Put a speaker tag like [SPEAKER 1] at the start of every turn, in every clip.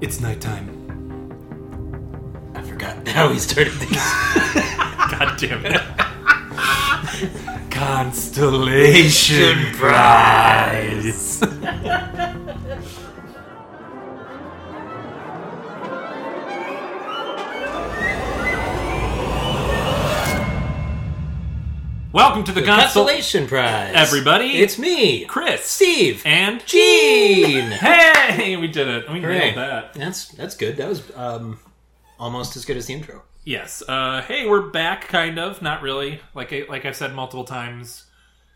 [SPEAKER 1] It's nighttime.
[SPEAKER 2] I forgot how he started these.
[SPEAKER 1] God damn it. Constellation
[SPEAKER 2] Prize.
[SPEAKER 1] Welcome to the, Constellation.
[SPEAKER 2] Constellation Prize.
[SPEAKER 1] Everybody.
[SPEAKER 2] It's me,
[SPEAKER 1] Chris.
[SPEAKER 2] Steve,
[SPEAKER 1] And
[SPEAKER 2] Gene.
[SPEAKER 1] Hey, we did it. We
[SPEAKER 2] Hooray.
[SPEAKER 1] nailed that.
[SPEAKER 2] That's that's good. That was um, almost as good as the intro.
[SPEAKER 1] Yes. Uh, hey, we're back, kind of. Not really. Like I, like I've said multiple times.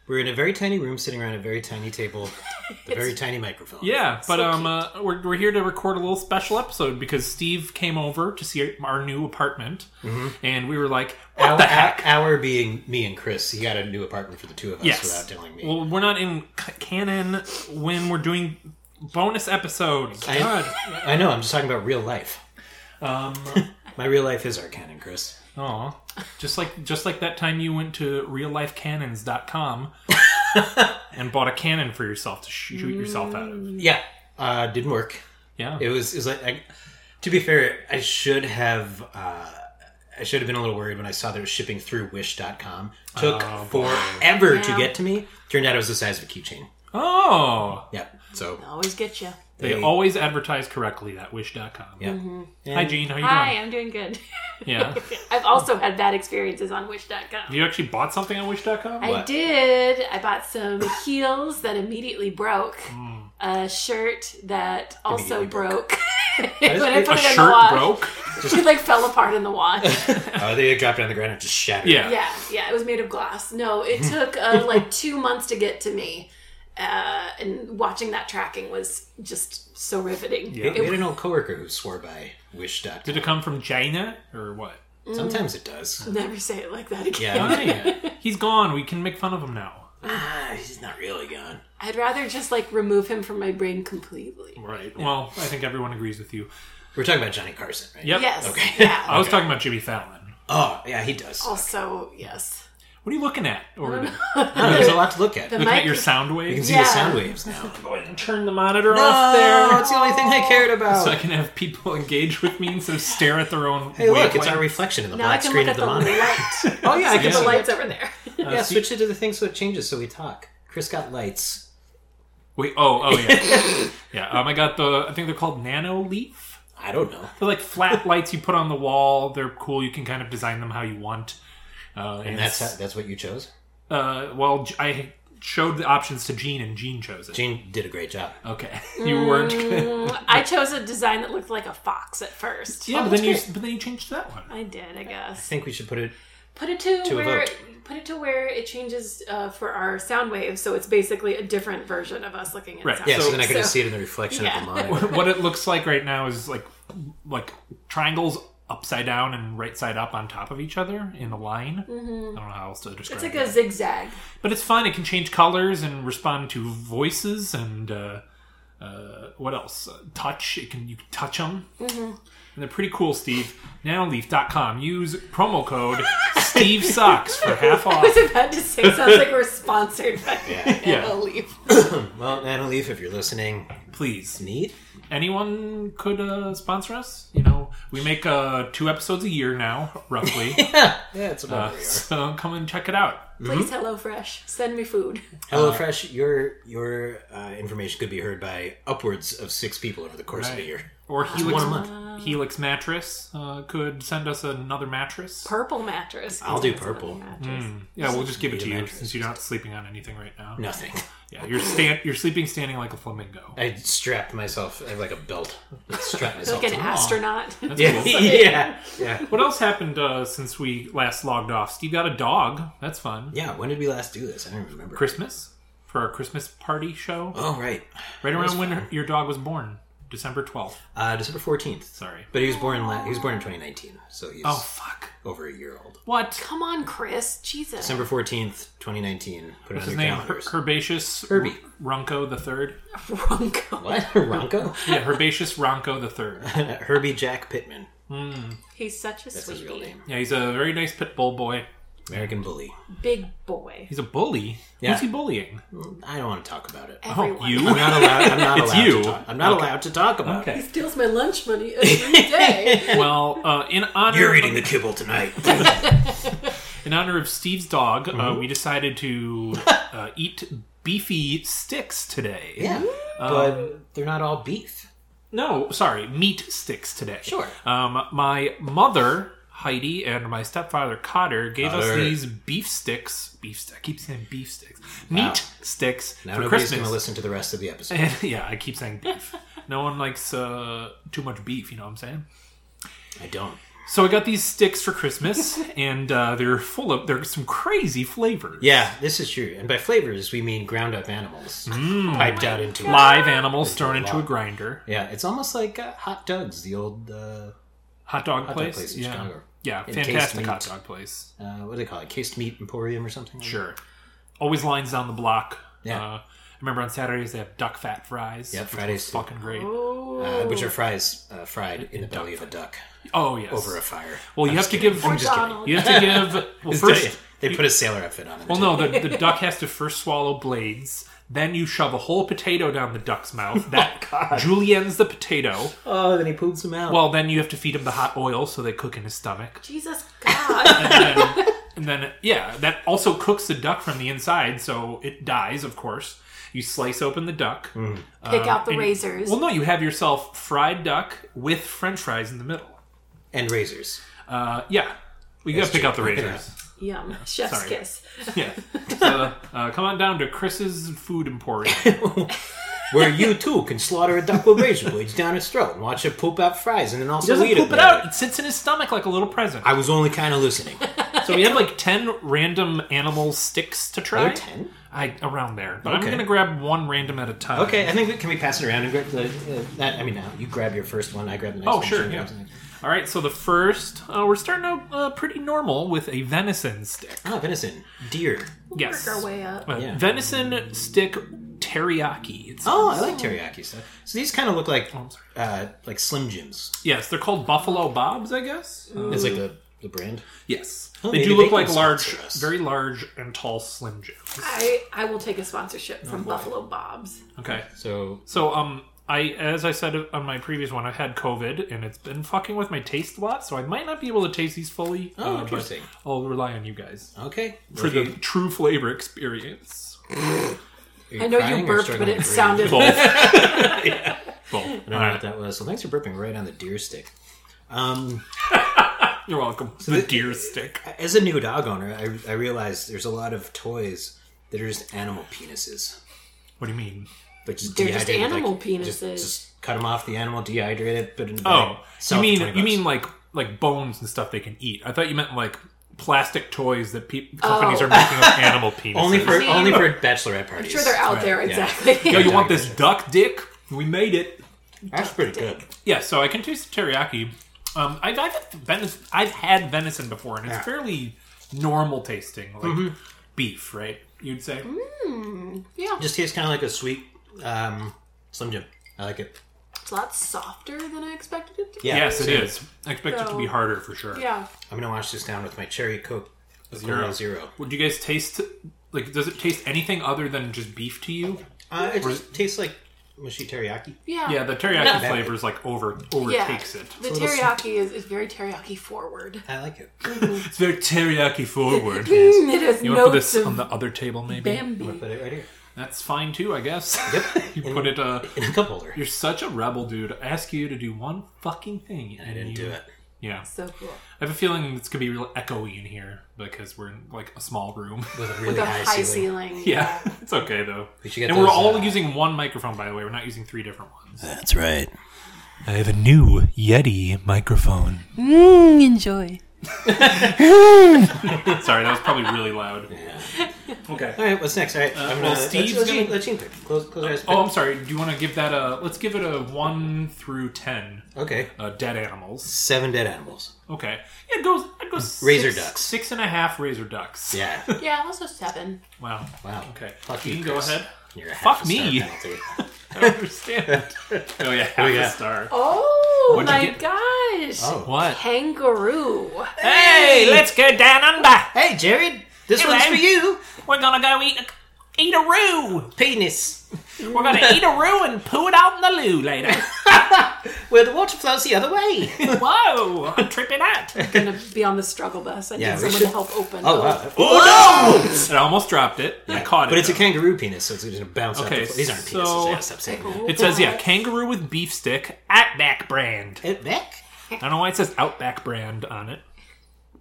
[SPEAKER 2] We're in a very tiny room, sitting around a very tiny table, with a very tiny microphone.
[SPEAKER 1] Yeah, but um, uh, we're, we're here to record a little special episode because Steve came over to see our, our new apartment,
[SPEAKER 2] Mm-hmm.
[SPEAKER 1] and we were like, "What
[SPEAKER 2] Our,
[SPEAKER 1] the heck?"
[SPEAKER 2] our, our being me and Chris, he got a new apartment for the two of us without telling me.
[SPEAKER 1] Well, we're not in c- canon when we're doing bonus episodes.
[SPEAKER 2] I-
[SPEAKER 1] God.
[SPEAKER 2] I know. I'm just talking about real life.
[SPEAKER 1] um,
[SPEAKER 2] My real life is our canon, Chris.
[SPEAKER 1] aw. just like just like that time you went to reallifecannons.com and bought a cannon for yourself to sh- shoot yourself out of.
[SPEAKER 2] Yeah, uh, didn't work.
[SPEAKER 1] Yeah.
[SPEAKER 2] It was, it was like, I, to be fair, I should have, uh, I should have been a little worried when I saw that it was shipping through Wish.com. Took
[SPEAKER 1] Oh, boy.
[SPEAKER 2] forever to
[SPEAKER 3] Yeah.
[SPEAKER 2] get to me. Turned out it was the size of a keychain.
[SPEAKER 1] Oh,
[SPEAKER 2] Yeah. So
[SPEAKER 3] Always get you.
[SPEAKER 1] they,
[SPEAKER 2] They-
[SPEAKER 1] always advertise correctly at wish.com.
[SPEAKER 2] yeah.
[SPEAKER 3] Mm-hmm.
[SPEAKER 1] Hi Gene, how you
[SPEAKER 3] Hi,
[SPEAKER 1] doing?
[SPEAKER 3] I'm doing good.
[SPEAKER 1] Yeah.
[SPEAKER 3] I've also had bad experiences on Wish.com.
[SPEAKER 1] You actually bought something on wish.com?
[SPEAKER 3] I
[SPEAKER 2] What?
[SPEAKER 3] did. I bought some heels that immediately broke.
[SPEAKER 1] Mm.
[SPEAKER 3] A shirt that also
[SPEAKER 2] Immediately broke.
[SPEAKER 3] broke. when
[SPEAKER 2] is-
[SPEAKER 3] I
[SPEAKER 2] a
[SPEAKER 1] A
[SPEAKER 3] put it in the
[SPEAKER 1] shirt
[SPEAKER 3] wash,
[SPEAKER 1] broke?
[SPEAKER 3] it like fell apart in the wash.
[SPEAKER 2] Oh, they dropped it on the ground and just shattered.
[SPEAKER 1] Yeah.
[SPEAKER 3] yeah, yeah. It was made of glass. No, it
[SPEAKER 1] Mm.
[SPEAKER 3] took uh, like two months to get to me, uh, and watching that tracking was just so riveting.
[SPEAKER 1] Yeah.
[SPEAKER 2] We we
[SPEAKER 3] It,
[SPEAKER 2] had an old coworker who swore by Wish.com.
[SPEAKER 1] Did it Mm. come from China or what?
[SPEAKER 3] Mm.
[SPEAKER 2] Sometimes it does.
[SPEAKER 3] never say it like that again.
[SPEAKER 2] Yeah.
[SPEAKER 1] Hi. He's gone. We can make fun of him now.
[SPEAKER 2] ah, he's not really gone.
[SPEAKER 3] I'd rather just like remove him from my brain completely.
[SPEAKER 1] Right. Well, I think everyone agrees with you.
[SPEAKER 2] We're talking about Johnny Carson, right?
[SPEAKER 1] Yep.
[SPEAKER 3] Yes.
[SPEAKER 2] Okay.
[SPEAKER 3] Yeah.
[SPEAKER 1] I was talking about Jimmy Fallon.
[SPEAKER 2] Oh, yeah, he does.
[SPEAKER 3] also, yes.
[SPEAKER 1] What are you looking at over there?
[SPEAKER 2] Oh, there's a lot to look at.
[SPEAKER 3] The
[SPEAKER 2] You
[SPEAKER 1] looking
[SPEAKER 3] mic
[SPEAKER 1] at your
[SPEAKER 3] Uh, is-
[SPEAKER 1] sound
[SPEAKER 2] can
[SPEAKER 1] waves?
[SPEAKER 2] see the
[SPEAKER 3] Yeah.
[SPEAKER 2] sound waves now.
[SPEAKER 1] Go ahead and turn the monitor off there.
[SPEAKER 2] Oh, it's the only thing I cared about.
[SPEAKER 1] So I can have people engage with me instead of stare at their own
[SPEAKER 2] Hey, look, it's
[SPEAKER 1] wavelength.
[SPEAKER 2] our reflection in the
[SPEAKER 3] Now I
[SPEAKER 2] black
[SPEAKER 3] can
[SPEAKER 2] screen
[SPEAKER 3] look
[SPEAKER 2] of
[SPEAKER 3] at
[SPEAKER 2] the,
[SPEAKER 3] the,
[SPEAKER 2] monitor.
[SPEAKER 3] light.
[SPEAKER 2] Oh yeah, I
[SPEAKER 1] Yeah.
[SPEAKER 2] can
[SPEAKER 3] the
[SPEAKER 2] see
[SPEAKER 3] lights over there.
[SPEAKER 1] Uh,
[SPEAKER 2] Yeah,
[SPEAKER 1] see-
[SPEAKER 2] switch it to the thing so it changes so we talk. Chris got lights.
[SPEAKER 1] Wait, oh, oh yeah. yeah. Um I got the I think they're called nano leaf.
[SPEAKER 2] I don't know.
[SPEAKER 1] They're like flat lights you put on the wall. They're cool. You can kind of design them how you want. Uh,
[SPEAKER 2] And that's how, that's what you chose.
[SPEAKER 1] uh, well, J- I showed the options to Gene, and Gene chose it.
[SPEAKER 2] Gene did a great job.
[SPEAKER 1] Okay, you weren't.
[SPEAKER 3] I chose a design that looked like a fox at first.
[SPEAKER 1] yeah,
[SPEAKER 2] Oh,
[SPEAKER 1] but
[SPEAKER 2] that's
[SPEAKER 1] then you
[SPEAKER 2] great.
[SPEAKER 1] but then you changed that one.
[SPEAKER 3] I did, I guess.
[SPEAKER 2] I think we should put it.
[SPEAKER 3] Put it to,
[SPEAKER 2] To
[SPEAKER 3] where
[SPEAKER 2] evoke.
[SPEAKER 3] put it to where it changes uh, for our sound waves, so it's basically a different version of us looking at
[SPEAKER 1] Right.
[SPEAKER 3] sound
[SPEAKER 2] Yeah, so,
[SPEAKER 1] So-
[SPEAKER 2] then I could
[SPEAKER 3] so-
[SPEAKER 2] just see it in the reflection
[SPEAKER 3] Yeah.
[SPEAKER 2] of the monitor.
[SPEAKER 1] what it looks like right now is like like triangles upside down and right side up on top of each other in a line. I don't know how else to describe
[SPEAKER 3] It's like
[SPEAKER 1] it.
[SPEAKER 3] a zigzag.
[SPEAKER 1] But it's fun. It can change colors and respond to voices and uh, uh, what else? Uh, touch. It can you can touch them. Mm-hmm. And they're pretty cool, Steve. Nanoleaf.com. Use promo code Steve Socks for half
[SPEAKER 3] I was
[SPEAKER 1] off.
[SPEAKER 3] about to say, sounds like we're sponsored by
[SPEAKER 2] Yeah.
[SPEAKER 1] Yeah.
[SPEAKER 3] Nano Leaf.
[SPEAKER 2] Well, Nana Leaf, if you're listening,
[SPEAKER 1] Please.
[SPEAKER 2] neat.
[SPEAKER 1] Anyone could uh, sponsor us. You know, we make uh, two episodes a year now, roughly.
[SPEAKER 2] Yeah, that's about
[SPEAKER 1] Uh,
[SPEAKER 2] where we are.
[SPEAKER 1] so come and check it out.
[SPEAKER 3] Please, Hello Fresh, send me food.
[SPEAKER 2] uh, HelloFresh, your your uh, information could be heard by upwards of six people over the course of a
[SPEAKER 1] Right.
[SPEAKER 2] year.
[SPEAKER 1] Or Helix,
[SPEAKER 2] one a
[SPEAKER 1] Helix Mattress uh, could send us another mattress.
[SPEAKER 3] Purple mattress.
[SPEAKER 2] I'll do
[SPEAKER 3] That's another
[SPEAKER 2] purple.
[SPEAKER 3] mattress.
[SPEAKER 1] Yeah, we'll just give it
[SPEAKER 2] Need
[SPEAKER 1] to
[SPEAKER 2] a
[SPEAKER 1] you
[SPEAKER 2] mattress.
[SPEAKER 1] since you're not sleeping on anything right now.
[SPEAKER 2] Nothing.
[SPEAKER 1] Yeah, you're stand you're sleeping standing like a flamingo.
[SPEAKER 2] I strapped myself. I have like a belt. I strapped myself.
[SPEAKER 3] Like an
[SPEAKER 2] to the-
[SPEAKER 3] astronaut.
[SPEAKER 1] That's
[SPEAKER 2] Yeah,
[SPEAKER 1] cool.
[SPEAKER 2] yeah, yeah.
[SPEAKER 1] What else happened uh, since we last logged off? Steve got a dog. That's fun.
[SPEAKER 2] Yeah, when did we last do this? I don't remember.
[SPEAKER 1] Christmas for our Christmas party show,
[SPEAKER 2] Oh, right.
[SPEAKER 1] right
[SPEAKER 2] was
[SPEAKER 1] around when her- your dog was born, December twelfth.
[SPEAKER 2] Uh, December 14th.
[SPEAKER 1] Sorry.
[SPEAKER 2] But he was born la- he was born in 2019, so he's
[SPEAKER 1] Oh fuck.
[SPEAKER 2] over a year old.
[SPEAKER 1] What?
[SPEAKER 3] Come on, Chris. Jesus.
[SPEAKER 2] December 14th, 2019. Put it
[SPEAKER 1] What's his
[SPEAKER 2] on your
[SPEAKER 1] name? Her-
[SPEAKER 2] calendars.
[SPEAKER 1] Herbaceous
[SPEAKER 2] Herbie.
[SPEAKER 1] Ronco the Third.
[SPEAKER 3] Ronco.
[SPEAKER 2] what? Ronco?
[SPEAKER 1] Yeah, Herbaceous Ronco the Third.
[SPEAKER 2] Herbie Jack Pittman.
[SPEAKER 3] He's such a
[SPEAKER 2] That's his
[SPEAKER 3] sweetie.
[SPEAKER 2] real name.
[SPEAKER 1] Yeah, he's a very nice pit bull boy.
[SPEAKER 2] American bully.
[SPEAKER 3] Big boy.
[SPEAKER 1] He's a bully.
[SPEAKER 2] Yeah.
[SPEAKER 1] Who's he bullying?
[SPEAKER 2] I don't want to talk about it.
[SPEAKER 3] Everyone.
[SPEAKER 1] Oh, you.
[SPEAKER 2] I'm not allowed. I'm not
[SPEAKER 1] It's
[SPEAKER 2] allowed
[SPEAKER 1] you.
[SPEAKER 2] To talk. I'm not
[SPEAKER 1] Okay.
[SPEAKER 2] allowed to talk about
[SPEAKER 1] Okay.
[SPEAKER 3] He steals my lunch money every day.
[SPEAKER 1] Well, uh, in
[SPEAKER 2] it.
[SPEAKER 1] honor
[SPEAKER 2] You're
[SPEAKER 1] of-
[SPEAKER 2] eating the kibble tonight.
[SPEAKER 1] in honor of Steve's dog,
[SPEAKER 2] Mm-hmm.
[SPEAKER 1] uh, we decided to uh, eat beefy sticks today.
[SPEAKER 2] yeah,
[SPEAKER 1] Um,
[SPEAKER 2] but they're not all beef.
[SPEAKER 1] No, sorry, meat sticks today.
[SPEAKER 2] Sure.
[SPEAKER 1] Um, my mother Heidi and my stepfather Cotter gave us
[SPEAKER 2] Cotter.
[SPEAKER 1] these beef sticks. Beef sticks. I keep saying beef sticks. Meat sticks
[SPEAKER 2] Now
[SPEAKER 1] for
[SPEAKER 2] nobody's
[SPEAKER 1] Christmas. Eh.
[SPEAKER 2] going to listen to the rest of the episode.
[SPEAKER 1] And- yeah, I keep saying beef. no one likes uh, too much beef. You know what I'm saying?
[SPEAKER 2] I don't.
[SPEAKER 1] So I got these sticks for Christmas, and uh, they're full of they're some crazy flavors.
[SPEAKER 2] Yeah, this is true. And by flavors, we mean ground up animals
[SPEAKER 1] Mm.
[SPEAKER 2] piped out into a
[SPEAKER 1] Live animals thrown into a grinder.
[SPEAKER 2] Yeah, it's almost like uh, hot dogs, the old uh,
[SPEAKER 1] Hot dog
[SPEAKER 2] hot
[SPEAKER 1] place.
[SPEAKER 2] dog place in
[SPEAKER 1] yeah.
[SPEAKER 2] Chicago.
[SPEAKER 1] Yeah,
[SPEAKER 2] And
[SPEAKER 1] fantastic
[SPEAKER 2] Cased
[SPEAKER 1] hot
[SPEAKER 2] Meat.
[SPEAKER 1] dog place.
[SPEAKER 2] Uh, what do they call it? Cased meat emporium or something. like
[SPEAKER 1] Sure. Always lines down the block.
[SPEAKER 2] Yeah.
[SPEAKER 1] Uh, I remember on Saturdays they have duck fat fries.
[SPEAKER 2] Yep,
[SPEAKER 1] which
[SPEAKER 2] Fridays
[SPEAKER 1] was
[SPEAKER 2] too.
[SPEAKER 1] fucking great.
[SPEAKER 2] that?
[SPEAKER 3] Oh.
[SPEAKER 2] Uh, which are fries uh, fried in the belly of a duck
[SPEAKER 1] Oh yes.
[SPEAKER 2] over a fire.
[SPEAKER 1] well,
[SPEAKER 2] I'm
[SPEAKER 1] you have
[SPEAKER 2] just
[SPEAKER 1] to
[SPEAKER 2] kidding.
[SPEAKER 1] give.
[SPEAKER 2] I'm just kidding.
[SPEAKER 3] Donald.
[SPEAKER 1] You have to give. Well, first,
[SPEAKER 2] they, put a sailor outfit on him.
[SPEAKER 1] well, no, the, the duck has to first swallow blades. Then you shove a whole potato down the duck's mouth. That juliennes the potato.
[SPEAKER 2] Oh, then he pulls him out.
[SPEAKER 1] Well, then you have to feed him the hot oil so they cook in his stomach.
[SPEAKER 3] Jesus God.
[SPEAKER 1] And then, and then, yeah, that also cooks the duck from the inside, so it dies, of course. You slice open the duck.
[SPEAKER 3] Pick out the
[SPEAKER 1] and-
[SPEAKER 3] razors.
[SPEAKER 1] Well, no, you have yourself fried duck with French fries in the middle.
[SPEAKER 2] and razors.
[SPEAKER 1] Uh, yeah, we gotta pick
[SPEAKER 2] true.
[SPEAKER 1] out the
[SPEAKER 2] Pick it
[SPEAKER 1] razors.
[SPEAKER 3] Yum. Chef's
[SPEAKER 1] sorry.
[SPEAKER 3] kiss.
[SPEAKER 1] Yeah, so, uh, come on down to Chris's Food Emporium.
[SPEAKER 2] Where you too can slaughter a duck with razor blades down its throat and watch it poop out fries and then
[SPEAKER 1] He
[SPEAKER 2] also
[SPEAKER 1] doesn't
[SPEAKER 2] eat
[SPEAKER 1] poop
[SPEAKER 2] it.
[SPEAKER 1] it out; it sits in his stomach like a little present.
[SPEAKER 2] I was only kind of listening.
[SPEAKER 1] So we have like ten random animal sticks to try.
[SPEAKER 2] Are there 10?
[SPEAKER 1] I around there, but I'm
[SPEAKER 2] Okay.
[SPEAKER 1] gonna grab one random at a time.
[SPEAKER 2] Okay, I think we, can we pass it around and grab the uh, that. I mean, now you grab your first one, I grab the next
[SPEAKER 1] Oh,
[SPEAKER 2] one,
[SPEAKER 1] sure,
[SPEAKER 2] she
[SPEAKER 1] yeah.
[SPEAKER 2] grabs the next one.
[SPEAKER 1] All right. So the first, uh, we're starting out uh, pretty normal with a venison stick.
[SPEAKER 2] Oh, venison, deer.
[SPEAKER 3] We'll
[SPEAKER 1] Yes.
[SPEAKER 3] Work our way up.
[SPEAKER 1] Uh,
[SPEAKER 2] Yeah.
[SPEAKER 1] Venison stick teriyaki. It's
[SPEAKER 2] Oh, I like teriyaki stuff. So these kind of look
[SPEAKER 3] Oh,
[SPEAKER 2] like
[SPEAKER 1] I'm sorry.
[SPEAKER 2] uh, like Slim Jims.
[SPEAKER 1] Yes, they're called Buffalo Bobs, I guess.
[SPEAKER 2] It's like the the brand.
[SPEAKER 1] yes,
[SPEAKER 2] Oh,
[SPEAKER 1] Mm. they
[SPEAKER 2] maybe
[SPEAKER 1] do look
[SPEAKER 2] they
[SPEAKER 1] like
[SPEAKER 2] can
[SPEAKER 1] large,
[SPEAKER 2] sponsor us.
[SPEAKER 1] very large and tall Slim Jims.
[SPEAKER 3] I, I will take a sponsorship from Buffalo Bob's.
[SPEAKER 1] Okay,
[SPEAKER 2] So
[SPEAKER 1] so um, I as I said on my previous one, I've had COVID and it's been fucking with my taste a lot, so I might not be able to taste these fully. uh,
[SPEAKER 2] Oh,
[SPEAKER 1] but
[SPEAKER 2] interesting.
[SPEAKER 1] I'll rely on you guys
[SPEAKER 2] okay,
[SPEAKER 1] for
[SPEAKER 2] If
[SPEAKER 1] the
[SPEAKER 2] you-
[SPEAKER 1] true flavor experience.
[SPEAKER 2] are
[SPEAKER 3] I know
[SPEAKER 2] crying
[SPEAKER 3] you
[SPEAKER 2] or
[SPEAKER 3] burped,
[SPEAKER 2] struggling
[SPEAKER 3] but it
[SPEAKER 2] to breathe?
[SPEAKER 3] sounded
[SPEAKER 1] Both. Both.
[SPEAKER 2] I don't know what that was. So thanks for burping right on the deer stick. Um,
[SPEAKER 1] You're welcome. the deer stick.
[SPEAKER 2] as a new dog owner, I, I realized there's a lot of toys that are just animal penises.
[SPEAKER 1] What do you mean?
[SPEAKER 2] But just
[SPEAKER 3] They're just
[SPEAKER 2] dehydrated,
[SPEAKER 3] animal
[SPEAKER 2] like, Just,
[SPEAKER 3] penises.
[SPEAKER 2] just cut them off the animal, dehydrate it, put it in a bag,
[SPEAKER 1] Oh,
[SPEAKER 2] sell
[SPEAKER 1] you
[SPEAKER 2] it for
[SPEAKER 1] mean
[SPEAKER 2] 20
[SPEAKER 1] you
[SPEAKER 2] bucks.
[SPEAKER 1] mean like like bones and stuff they can eat? I thought you meant like plastic toys that peop companies are making of animal penises.
[SPEAKER 2] only for
[SPEAKER 3] mean-
[SPEAKER 2] only for bachelorette
[SPEAKER 3] I'm
[SPEAKER 2] parties?
[SPEAKER 3] sure they're out
[SPEAKER 2] Right,
[SPEAKER 3] there,
[SPEAKER 2] yeah.
[SPEAKER 3] exactly.
[SPEAKER 1] Yo, you want this duck dick? We made it.
[SPEAKER 2] That's pretty good.
[SPEAKER 1] Yeah, so I can taste the teriyaki. Um, I've I've had venison, I've had venison before, and it's
[SPEAKER 2] Yeah. Mm-hmm.
[SPEAKER 1] fairly normal tasting, like beef, right? You'd say.
[SPEAKER 3] Mm-hmm. Yeah.
[SPEAKER 2] Just tastes kind of like a sweet um, Slim Jim. I like it.
[SPEAKER 3] It's a lot softer than I expected it to be.
[SPEAKER 2] Yeah,
[SPEAKER 1] Yes, it
[SPEAKER 2] same.
[SPEAKER 1] is. I expect it to be
[SPEAKER 3] So-
[SPEAKER 1] harder for sure.
[SPEAKER 3] Yeah.
[SPEAKER 2] I'm gonna wash this down with my cherry coke
[SPEAKER 1] Zero.
[SPEAKER 2] zero zero.
[SPEAKER 1] Would you guys taste like? Does it taste anything other than just beef to you?
[SPEAKER 2] Uh, it just tastes like mushy teriyaki.
[SPEAKER 3] Yeah.
[SPEAKER 1] Yeah, the teriyaki
[SPEAKER 3] No.
[SPEAKER 1] flavor is like over
[SPEAKER 3] Yeah.
[SPEAKER 1] overtakes it.
[SPEAKER 3] The teriyaki is, is very teriyaki forward.
[SPEAKER 2] I like it.
[SPEAKER 1] It's very teriyaki forward. you
[SPEAKER 3] Mm, it has
[SPEAKER 1] want to put
[SPEAKER 3] notes
[SPEAKER 1] this
[SPEAKER 3] of
[SPEAKER 1] on the other table, maybe?
[SPEAKER 3] Bambi.
[SPEAKER 2] Put it right here
[SPEAKER 1] That's fine too, I guess. Yep. you put it. Uh,
[SPEAKER 2] in a cup holder.
[SPEAKER 1] you're such a rebel, dude. I ask you to do one fucking thing,
[SPEAKER 2] I
[SPEAKER 1] and
[SPEAKER 2] didn't
[SPEAKER 1] you,
[SPEAKER 2] do it.
[SPEAKER 1] Yeah,
[SPEAKER 3] So cool.
[SPEAKER 1] I have a feeling it's gonna be real echoey in here because we're in like a small room.
[SPEAKER 2] With a really
[SPEAKER 3] With a
[SPEAKER 2] high,
[SPEAKER 3] high
[SPEAKER 2] ceiling.
[SPEAKER 3] ceiling.
[SPEAKER 1] yeah, it's okay though.
[SPEAKER 2] We should get
[SPEAKER 1] and we're
[SPEAKER 2] those,
[SPEAKER 1] all
[SPEAKER 2] uh,
[SPEAKER 1] using one microphone, by the way. We're not using three different ones.
[SPEAKER 2] That's right.
[SPEAKER 1] I have a new Yeti microphone.
[SPEAKER 4] enjoy.
[SPEAKER 1] Sorry, that was probably really loud. Okay.
[SPEAKER 2] All right, what's next? All right, I'm
[SPEAKER 1] Uh, well,
[SPEAKER 2] gonna,
[SPEAKER 1] Steve's
[SPEAKER 2] let's, let's,
[SPEAKER 1] gonna-
[SPEAKER 2] let's, let close, close our eyes.
[SPEAKER 1] Oh, I'm sorry. Do you want to give that a? Let's give it a one through ten.
[SPEAKER 2] okay.
[SPEAKER 1] Uh, dead animals.
[SPEAKER 2] Seven dead animals.
[SPEAKER 1] Okay. Yeah, it goes. It goes.
[SPEAKER 2] Razor
[SPEAKER 1] six-
[SPEAKER 2] ducks.
[SPEAKER 1] Six and a half razor ducks.
[SPEAKER 2] Yeah.
[SPEAKER 3] Yeah, also seven.
[SPEAKER 1] Wow.
[SPEAKER 2] Wow.
[SPEAKER 1] Okay.
[SPEAKER 2] Fuck
[SPEAKER 1] you
[SPEAKER 2] you.
[SPEAKER 1] can go
[SPEAKER 2] Chris.
[SPEAKER 1] ahead.
[SPEAKER 2] You're a
[SPEAKER 1] Fuck
[SPEAKER 2] half a star
[SPEAKER 1] me.
[SPEAKER 2] penalty.
[SPEAKER 1] I don't understand. oh yeah, half
[SPEAKER 2] yeah.
[SPEAKER 1] a star.
[SPEAKER 3] Oh
[SPEAKER 1] What'd you
[SPEAKER 3] my
[SPEAKER 1] get?
[SPEAKER 3] god. British
[SPEAKER 2] Oh.
[SPEAKER 1] What?
[SPEAKER 3] kangaroo.
[SPEAKER 1] Hey, let's go down under.
[SPEAKER 2] Hey, Jared, this
[SPEAKER 1] Hello.
[SPEAKER 2] one's for you.
[SPEAKER 1] We're gonna go eat a, eat a roux.
[SPEAKER 2] Penis.
[SPEAKER 1] We're gonna eat a roux and poo it out in the loo later.
[SPEAKER 2] Where the water flows the other way.
[SPEAKER 1] Oh, Whoa, I'm tripping out.
[SPEAKER 3] I'm gonna be on the struggle bus. I
[SPEAKER 2] Yeah,
[SPEAKER 3] need
[SPEAKER 2] we
[SPEAKER 3] someone
[SPEAKER 2] should-
[SPEAKER 3] to help open.
[SPEAKER 2] Oh, wow.
[SPEAKER 1] I almost dropped it. I caught it.
[SPEAKER 2] But it's a
[SPEAKER 1] though.
[SPEAKER 2] kangaroo penis, so it's going to bounce
[SPEAKER 1] Okay,
[SPEAKER 2] off the floor. These aren't penises.
[SPEAKER 1] so-
[SPEAKER 2] Yeah, stop saying that.
[SPEAKER 1] It says, yeah, kangaroo with beef stick, Outback brand.
[SPEAKER 2] Outback?
[SPEAKER 1] I don't know why it says Outback brand on it.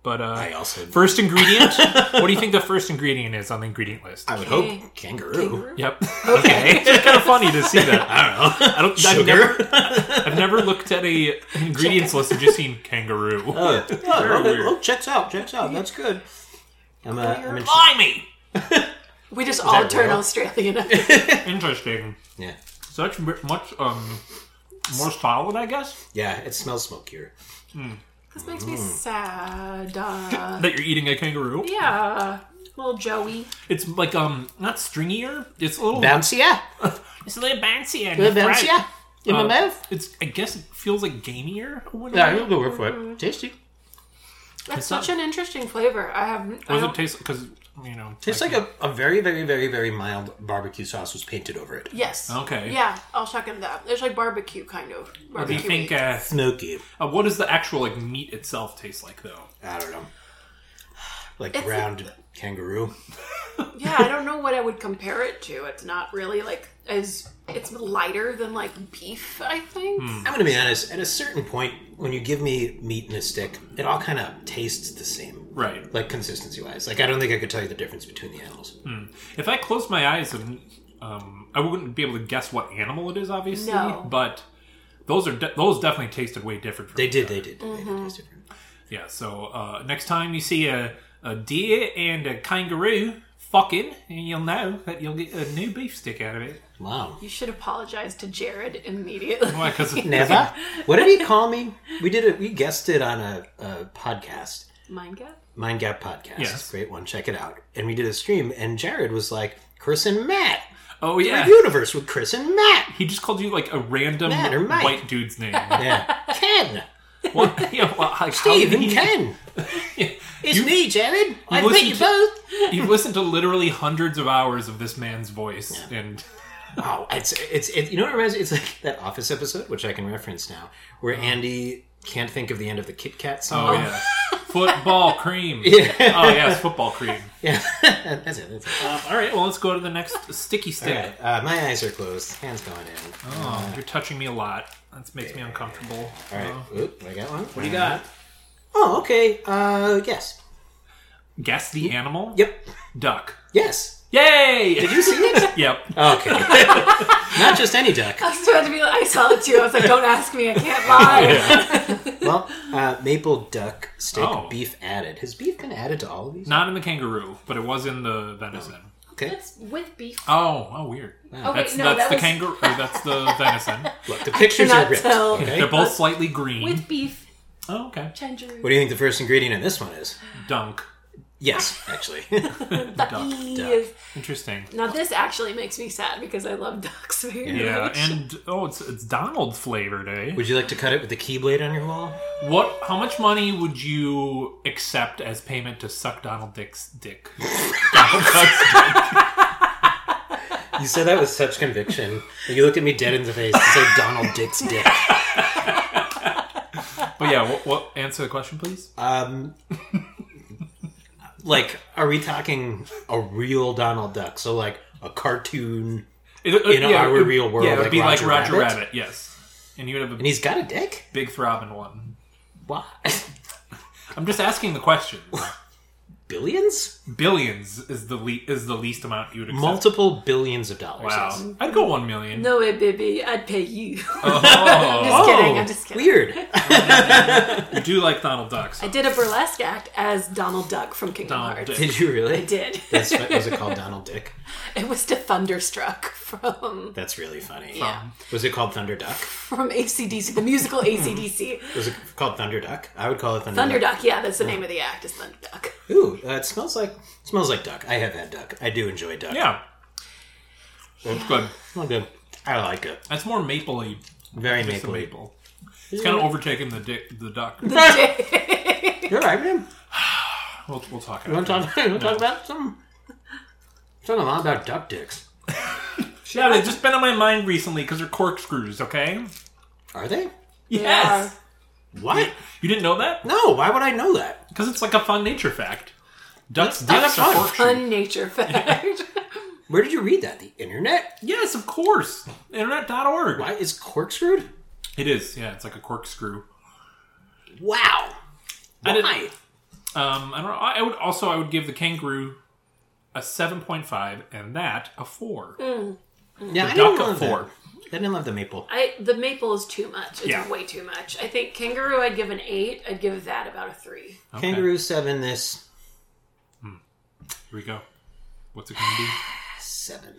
[SPEAKER 1] But, uh,
[SPEAKER 2] I also...
[SPEAKER 1] first ingredient? what do you think the first ingredient is on the ingredient list?
[SPEAKER 2] I would
[SPEAKER 3] Okay.
[SPEAKER 2] hope kangaroo.
[SPEAKER 3] Kangaroo?
[SPEAKER 1] Yep. Okay. it's kind of funny to see that.
[SPEAKER 2] I don't know.
[SPEAKER 1] I don't, I've, never,
[SPEAKER 2] Sugar?
[SPEAKER 1] I've never looked at a ingredients list. I've just seen kangaroo.
[SPEAKER 2] oh, oh,
[SPEAKER 1] Very
[SPEAKER 2] oh, checks out, checks out. That's good. I'm, uh, I'm in-
[SPEAKER 1] Blimey!
[SPEAKER 3] We just all
[SPEAKER 2] that
[SPEAKER 3] turn
[SPEAKER 2] real?
[SPEAKER 3] Australian.
[SPEAKER 1] Interesting.
[SPEAKER 2] Yeah.
[SPEAKER 1] So that's m- much um, more solid, I guess,
[SPEAKER 2] Yeah, it smells smokier.
[SPEAKER 3] this makes
[SPEAKER 2] Mm.
[SPEAKER 3] me sad. Uh,
[SPEAKER 1] that you're eating a kangaroo.
[SPEAKER 3] yeah, little Joey.
[SPEAKER 1] It's like, um, not stringier. It's a little,
[SPEAKER 2] Bouncier.
[SPEAKER 1] it's a little bouncy. and
[SPEAKER 2] Little
[SPEAKER 1] fried.
[SPEAKER 2] bouncier. In my
[SPEAKER 1] Uh,
[SPEAKER 2] mouth.
[SPEAKER 1] It's I guess it feels like gamier. or whatever.
[SPEAKER 2] Yeah, you'll go for it. Tasty.
[SPEAKER 3] That's
[SPEAKER 1] It's not-
[SPEAKER 3] such an interesting flavor. I have. I
[SPEAKER 1] Does it
[SPEAKER 3] don't-
[SPEAKER 1] taste because you know?
[SPEAKER 2] Tastes like a, a very, very, very, very mild barbecue sauce was painted over it.
[SPEAKER 3] yes.
[SPEAKER 1] Okay.
[SPEAKER 3] Yeah, I'll second that. It's like barbecue, kind of.
[SPEAKER 1] Or do
[SPEAKER 3] Barbecue.
[SPEAKER 1] you think? Uh,
[SPEAKER 2] Smoky.
[SPEAKER 1] uh, what does the actual like meat itself taste like though?
[SPEAKER 2] I don't know. Like
[SPEAKER 3] It's-
[SPEAKER 2] ground kangaroo.
[SPEAKER 3] yeah, I don't know what I would compare it to. It's not really like as. It's lighter than like beef. I think.
[SPEAKER 1] Hmm.
[SPEAKER 2] I'm going to be honest. At a certain point, when you give me meat and a stick, it all kind of tastes the same.
[SPEAKER 1] Right.
[SPEAKER 2] Like consistency wise. Like, I don't think I could tell you the difference between the animals.
[SPEAKER 1] If I closed my eyes and um, I wouldn't be able to guess what animal it is, obviously.
[SPEAKER 3] No.
[SPEAKER 1] But those are de- those definitely tasted way different. From
[SPEAKER 2] They
[SPEAKER 1] each
[SPEAKER 2] did,
[SPEAKER 1] other.
[SPEAKER 2] they did. They did taste different.
[SPEAKER 1] Yeah. So uh, next time you see a, a deer and a kangaroo fucking, and you'll know that you'll get a new beef stick out of it.
[SPEAKER 2] Wow.
[SPEAKER 3] Mm-hmm. You should apologize to Jared immediately.
[SPEAKER 1] Why? Because
[SPEAKER 2] Never. what did he call me? We did it. We guessed it on a, a podcast,
[SPEAKER 3] Mind gap.
[SPEAKER 2] Mind Gap podcast.
[SPEAKER 1] Yes.
[SPEAKER 2] Great one. Check it out. And we did a stream, and Jared was like, Chris and Matt.
[SPEAKER 1] Oh yeah.
[SPEAKER 2] Universe with Chris and Matt.
[SPEAKER 1] He just called you like a random
[SPEAKER 2] Matt or Mike.
[SPEAKER 1] white dude's name.
[SPEAKER 2] Yeah. Ken.
[SPEAKER 1] What? Yeah, well, like, how did
[SPEAKER 2] Steve and
[SPEAKER 1] he-
[SPEAKER 2] Ken. It's me, Jared. I
[SPEAKER 1] listen
[SPEAKER 2] bet you
[SPEAKER 1] to-
[SPEAKER 2] both.
[SPEAKER 1] You've listened to literally hundreds of hours of this man's voice, and
[SPEAKER 2] Oh, it's it's it, you know what it reminds me? It's like that Office episode, which I can reference now, where Andy can't think of the end of the Kit Kat
[SPEAKER 1] oh
[SPEAKER 2] song.
[SPEAKER 1] yeah, football cream.
[SPEAKER 2] yeah,
[SPEAKER 1] Oh yeah, it's football cream.
[SPEAKER 2] yeah. that's it. That's it.
[SPEAKER 1] Um, all right, well, let's go to the next sticky
[SPEAKER 2] All
[SPEAKER 1] stick.
[SPEAKER 2] right, uh, my eyes are closed. Hands going in.
[SPEAKER 1] Oh, you're touching me a lot. That makes me uncomfortable.
[SPEAKER 2] All right,
[SPEAKER 1] Oh.
[SPEAKER 2] Oop, I got one. What
[SPEAKER 1] What do you got?
[SPEAKER 2] Oh, okay. Uh, yes.
[SPEAKER 1] Guess the animal.
[SPEAKER 2] Yep.
[SPEAKER 1] Duck.
[SPEAKER 2] Yes.
[SPEAKER 1] Yay!
[SPEAKER 2] Did you see it?
[SPEAKER 1] Yep.
[SPEAKER 2] okay. Not just any duck.
[SPEAKER 3] I was about to be like, I saw it too. I was like, don't ask me. I can't lie.
[SPEAKER 2] Well, uh, maple duck steak
[SPEAKER 1] Oh.
[SPEAKER 2] beef added. Has beef been added to all of these?
[SPEAKER 1] Not in the kangaroo, but it was in the venison.
[SPEAKER 2] Okay.
[SPEAKER 3] That's with beef.
[SPEAKER 1] Oh, oh, weird.
[SPEAKER 3] Oh, wait,
[SPEAKER 1] that's
[SPEAKER 3] no,
[SPEAKER 1] that's
[SPEAKER 3] that
[SPEAKER 1] the
[SPEAKER 3] was-
[SPEAKER 1] kangaroo. or That's the venison.
[SPEAKER 2] Look, the pictures are
[SPEAKER 3] cannot
[SPEAKER 2] ripped.
[SPEAKER 3] tell.
[SPEAKER 2] Okay.
[SPEAKER 1] They're both slightly green.
[SPEAKER 3] With beef,
[SPEAKER 1] oh, okay.
[SPEAKER 3] ginger,
[SPEAKER 2] What do you think the first ingredient in this one is?
[SPEAKER 1] Dunk.
[SPEAKER 2] Yes, actually.
[SPEAKER 3] ducky.
[SPEAKER 2] duck.
[SPEAKER 3] is-
[SPEAKER 1] Interesting.
[SPEAKER 3] Now this actually makes me sad because I love ducks very
[SPEAKER 1] Yeah,
[SPEAKER 3] much.
[SPEAKER 1] and oh, it's it's Donald flavored, eh?
[SPEAKER 2] Would you like to cut it with the keyblade on your wall?
[SPEAKER 1] What? How much money would you accept as payment to suck Donald Dick's dick? Donald Duck's dick.
[SPEAKER 2] You said that with such conviction. And you looked at me dead in the face and said Donald Dick's dick.
[SPEAKER 1] But yeah, what, what? Answer the question, please.
[SPEAKER 2] Um, like, are we talking a real Donald Duck? So, like, a cartoon.
[SPEAKER 1] It, it-
[SPEAKER 2] in our
[SPEAKER 1] it-
[SPEAKER 2] real world,
[SPEAKER 1] yeah, it would
[SPEAKER 2] like
[SPEAKER 1] be
[SPEAKER 2] Roger
[SPEAKER 1] like Roger
[SPEAKER 2] Rabbit?
[SPEAKER 1] Rabbit. Yes, and you would have
[SPEAKER 2] And
[SPEAKER 1] a
[SPEAKER 2] he's got a dick?
[SPEAKER 1] big throbbing one.
[SPEAKER 2] Why?
[SPEAKER 1] I'm just asking the question.
[SPEAKER 2] Billions?
[SPEAKER 1] Billions is the le- is the least amount you would accept.
[SPEAKER 2] Multiple billions of dollars. yes.
[SPEAKER 1] Wow, I'd go one million.
[SPEAKER 3] no way, baby. I'd pay you. I'm
[SPEAKER 1] Oh,
[SPEAKER 3] just kidding.
[SPEAKER 2] Oh,
[SPEAKER 3] I'm just kidding.
[SPEAKER 2] Weird.
[SPEAKER 1] you do like Donald Duck? so
[SPEAKER 3] I did a burlesque act as Donald Duck from Kingdom
[SPEAKER 1] Donald
[SPEAKER 3] Hearts.
[SPEAKER 1] Dick.
[SPEAKER 2] Did you really?
[SPEAKER 3] I did.
[SPEAKER 2] That's, was it called Donald Dick?
[SPEAKER 3] It was to Thunderstruck from
[SPEAKER 2] That's really funny.
[SPEAKER 3] Yeah.
[SPEAKER 2] Was it called Thunder Duck?
[SPEAKER 3] from ACDC, the musical ACDC.
[SPEAKER 2] Was it called Thunder Duck? I would call it Thunder,
[SPEAKER 3] Thunder
[SPEAKER 2] Duck.
[SPEAKER 3] Duck, yeah, that's the name of the act, is Thunder Duck.
[SPEAKER 2] Ooh, uh, it smells like smells like duck. I have had duck. I do enjoy duck.
[SPEAKER 1] Yeah, that's good.
[SPEAKER 2] Smell good. I like it.
[SPEAKER 1] That's more mapley
[SPEAKER 2] Very
[SPEAKER 1] It's the
[SPEAKER 2] maple.
[SPEAKER 1] maple. It's kind of overtaking the dick, the duck.
[SPEAKER 2] You're right, man.
[SPEAKER 1] We'll, we'll talk
[SPEAKER 2] You
[SPEAKER 1] about
[SPEAKER 2] want to
[SPEAKER 1] that.
[SPEAKER 2] talk, you wanna talk about some? Something a lot about duck dicks.
[SPEAKER 1] Yeah, they've just been on my mind recently because they're corkscrews, okay?
[SPEAKER 2] Are they?
[SPEAKER 1] Yes!
[SPEAKER 2] What?
[SPEAKER 1] You didn't know that?
[SPEAKER 2] No. Why would I know that?
[SPEAKER 1] Because it's like a fun nature fact. Ducks'
[SPEAKER 2] That's-
[SPEAKER 1] dicks
[SPEAKER 2] that's
[SPEAKER 1] are
[SPEAKER 2] fun.
[SPEAKER 1] corkscrews.
[SPEAKER 3] Fun nature fact.
[SPEAKER 2] Where did you read that? The internet?
[SPEAKER 1] Yes, of course. Internet.org.
[SPEAKER 2] Why is corkscrewed?
[SPEAKER 1] It is. Yeah, it's like a corkscrew.
[SPEAKER 2] Wow.
[SPEAKER 1] I didn't-
[SPEAKER 2] Why?
[SPEAKER 1] Um, I don't know. I I would also I would give the kangaroo a seven point five and that a four.
[SPEAKER 2] Mm. Yeah, I
[SPEAKER 1] Duck
[SPEAKER 2] didn't
[SPEAKER 1] a
[SPEAKER 2] love
[SPEAKER 1] four.
[SPEAKER 2] That. I didn't love the maple.
[SPEAKER 3] I the maple is too much. It's
[SPEAKER 1] Yeah.
[SPEAKER 3] way too much. I think kangaroo I'd give an eight. I'd give that about a three.
[SPEAKER 1] Okay,
[SPEAKER 2] Kangaroo seven. This
[SPEAKER 1] Here we go. What's it gonna be?
[SPEAKER 2] seven.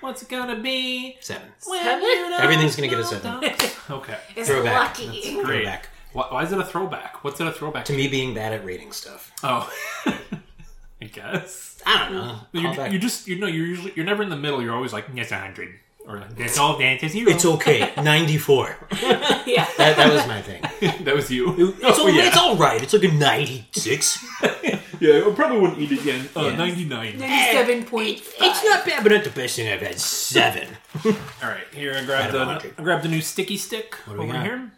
[SPEAKER 1] What's it gonna be?
[SPEAKER 2] Seven.
[SPEAKER 3] Seven?
[SPEAKER 2] Everything's gonna get a seven.
[SPEAKER 1] okay.
[SPEAKER 3] It's
[SPEAKER 2] Throwback.
[SPEAKER 3] lucky.
[SPEAKER 1] Great.
[SPEAKER 2] Throwback.
[SPEAKER 1] Why, why is it a throwback? What's it a throwback
[SPEAKER 2] To me, being bad at rating stuff.
[SPEAKER 1] Oh, I guess.
[SPEAKER 2] I don't know.
[SPEAKER 1] You,
[SPEAKER 2] Call back.
[SPEAKER 1] you just you know you're usually you're never in the middle. You're always like yes a hundred or that's all dance is you.
[SPEAKER 2] It's okay. Ninety-four.
[SPEAKER 3] Yeah.
[SPEAKER 2] That, that was my thing.
[SPEAKER 1] that was you.
[SPEAKER 2] It's,
[SPEAKER 1] oh,
[SPEAKER 2] all,
[SPEAKER 1] yeah.
[SPEAKER 2] it's all right. It's like a ninety-six.
[SPEAKER 1] yeah, I probably wouldn't eat it again. Uh,
[SPEAKER 2] Yeah.
[SPEAKER 1] Ninety nine.
[SPEAKER 3] Seven point five.
[SPEAKER 2] It's not bad, but not the best thing I've had. Seven.
[SPEAKER 1] All right, here I grabbed
[SPEAKER 2] Madam
[SPEAKER 1] the
[SPEAKER 2] Audrey.
[SPEAKER 1] I grabbed the new sticky stick
[SPEAKER 2] do we
[SPEAKER 1] over
[SPEAKER 2] got?
[SPEAKER 1] here.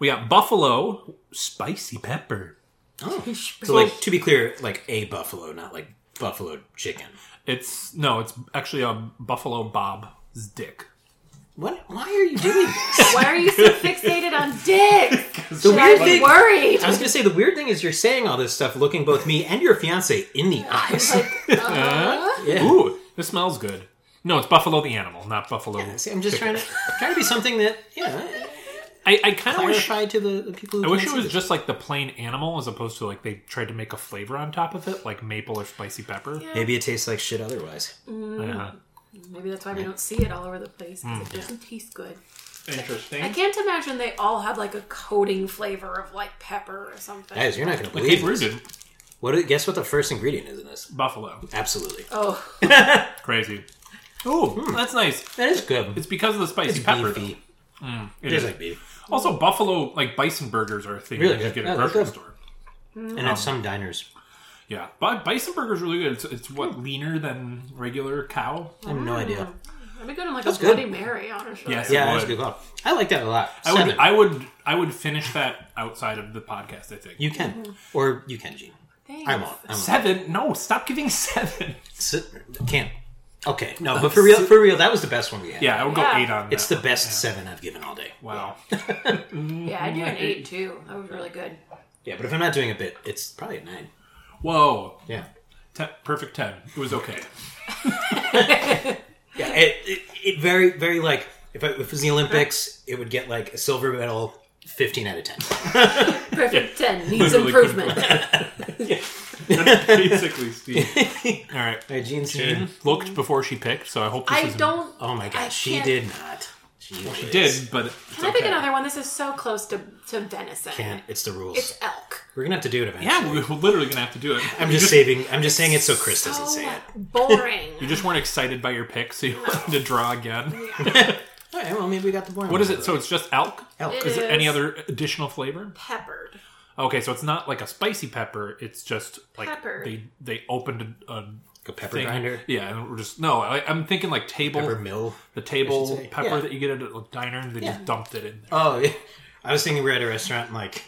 [SPEAKER 1] We got buffalo spicy pepper.
[SPEAKER 2] Oh. So, like, to be clear, like a buffalo, not like buffalo chicken.
[SPEAKER 1] It's no, it's actually a buffalo bob's dick.
[SPEAKER 2] What? Why are you doing this?
[SPEAKER 3] Why are you so fixated on dicks?
[SPEAKER 2] the
[SPEAKER 3] I'm
[SPEAKER 2] weird thing.
[SPEAKER 3] worried.
[SPEAKER 2] I was gonna say the weird thing is you're saying all this stuff, looking both me and your fiance in the eyes.
[SPEAKER 3] Uh,
[SPEAKER 2] Yeah.
[SPEAKER 1] Ooh, this smells good. No, it's buffalo the animal, not buffalo.
[SPEAKER 2] See, I'm just trying to trying to be something that yeah
[SPEAKER 1] I, I kind of wish.
[SPEAKER 2] clarify to the, the people. Who
[SPEAKER 1] I wish it
[SPEAKER 2] can't
[SPEAKER 1] was
[SPEAKER 2] see this.
[SPEAKER 1] just like the plain animal as opposed to like they tried to make a flavor on top of it, like maple or spicy pepper.
[SPEAKER 2] maybe it tastes like shit otherwise.
[SPEAKER 1] Uh-huh.
[SPEAKER 3] Maybe that's why we don't see it all over the place because it doesn't taste good. I
[SPEAKER 1] Interesting.
[SPEAKER 3] can't imagine they all had like a coating flavor of like pepper or something.
[SPEAKER 2] Guys, you're not gonna believe
[SPEAKER 1] Cape
[SPEAKER 2] this.
[SPEAKER 1] rooted
[SPEAKER 2] What? do- Guess what the first ingredient is in this?
[SPEAKER 1] buffalo.
[SPEAKER 2] Absolutely,
[SPEAKER 3] oh,
[SPEAKER 1] Crazy. Ooh, that's nice.
[SPEAKER 2] that is good.
[SPEAKER 1] It's because of the spicy
[SPEAKER 2] It's
[SPEAKER 1] pepper.
[SPEAKER 2] beefy.
[SPEAKER 1] though. It
[SPEAKER 2] It is
[SPEAKER 1] is.
[SPEAKER 2] like beef,
[SPEAKER 1] Also, buffalo like bison burgers are a thing
[SPEAKER 2] Really
[SPEAKER 1] that you
[SPEAKER 2] good.
[SPEAKER 1] get
[SPEAKER 2] Yeah,
[SPEAKER 1] at a
[SPEAKER 2] they're
[SPEAKER 1] grocery
[SPEAKER 2] good.
[SPEAKER 1] store.
[SPEAKER 2] and at some diners,
[SPEAKER 1] Yeah, but bison burgers really good. It's, it's what
[SPEAKER 2] Hmm.
[SPEAKER 1] leaner than regular cow.
[SPEAKER 2] I have no idea.
[SPEAKER 3] that'd be good on like a
[SPEAKER 2] good.
[SPEAKER 3] Bloody Mary, honestly.
[SPEAKER 1] Yes.
[SPEAKER 2] Yeah,
[SPEAKER 1] It
[SPEAKER 2] that's a
[SPEAKER 1] would.
[SPEAKER 2] good call. I like that a lot.
[SPEAKER 1] I would,
[SPEAKER 2] Seven.
[SPEAKER 1] I would, I would finish that outside of the podcast. I think
[SPEAKER 2] you can, or you can, Gene.
[SPEAKER 3] Thanks.
[SPEAKER 2] I won't. I won't.
[SPEAKER 1] seven. No, stop giving seven.
[SPEAKER 2] Sit- Can't. Okay, no, but for real, for real, that was the best one we had.
[SPEAKER 1] Uh, Yeah, I would
[SPEAKER 3] Yeah.
[SPEAKER 1] go eight on.
[SPEAKER 2] it's
[SPEAKER 1] that.
[SPEAKER 2] the best seven I've given all day.
[SPEAKER 1] wow.
[SPEAKER 3] Yeah, I'd do an eight too. That was really good.
[SPEAKER 2] Yeah, but if I'm not doing a bit, it's probably a nine.
[SPEAKER 1] Whoa,
[SPEAKER 2] Yeah.
[SPEAKER 1] Ten, perfect ten. It was okay.
[SPEAKER 2] Yeah, it, it, it very, very like, if, I, if it was the Olympics, it would get like a silver medal, 15 out of 10.
[SPEAKER 3] Perfect ten needs
[SPEAKER 1] Literally
[SPEAKER 3] improvement.
[SPEAKER 1] That's basically, Steve. All right.
[SPEAKER 2] My jeans
[SPEAKER 1] Jean looked before she picked, so I hope this
[SPEAKER 3] I
[SPEAKER 1] isn't-
[SPEAKER 3] don't.
[SPEAKER 2] Oh my
[SPEAKER 3] I
[SPEAKER 2] god, she
[SPEAKER 3] can't-
[SPEAKER 2] did not. She,
[SPEAKER 1] She did, but it's
[SPEAKER 3] Can I pick
[SPEAKER 1] okay.
[SPEAKER 3] another one? This is so close to to venison.
[SPEAKER 2] Can't. It's the rules.
[SPEAKER 3] It's elk.
[SPEAKER 2] We're going to have to do it eventually.
[SPEAKER 1] Yeah, we- we're literally gonna have to do it.
[SPEAKER 2] I'm just saving, I'm just saying it so Chris doesn't say
[SPEAKER 3] So
[SPEAKER 2] it.
[SPEAKER 3] Oh, boring.
[SPEAKER 1] You just weren't excited by your pick, so you wanted to draw again.
[SPEAKER 2] All right, well, maybe we got the boring
[SPEAKER 1] What is
[SPEAKER 2] one.
[SPEAKER 1] it? So it's just elk?
[SPEAKER 2] Elk.
[SPEAKER 3] It
[SPEAKER 1] Is there any
[SPEAKER 3] Yes.
[SPEAKER 1] other additional flavor?
[SPEAKER 3] peppered.
[SPEAKER 1] Okay, so it's not like a spicy pepper. It's just like
[SPEAKER 3] Pepper.
[SPEAKER 1] they they opened a, a
[SPEAKER 2] a pepper
[SPEAKER 1] thing.
[SPEAKER 2] grinder?
[SPEAKER 1] Yeah, and we're just no. I, I'm thinking like table
[SPEAKER 2] Pepper mill?
[SPEAKER 1] the
[SPEAKER 2] I should
[SPEAKER 1] table
[SPEAKER 2] say.
[SPEAKER 1] pepper
[SPEAKER 2] Yeah.
[SPEAKER 1] that you get at a diner, and they just dumped it in there.
[SPEAKER 2] Oh, yeah. I was thinking we are at a restaurant, and, like,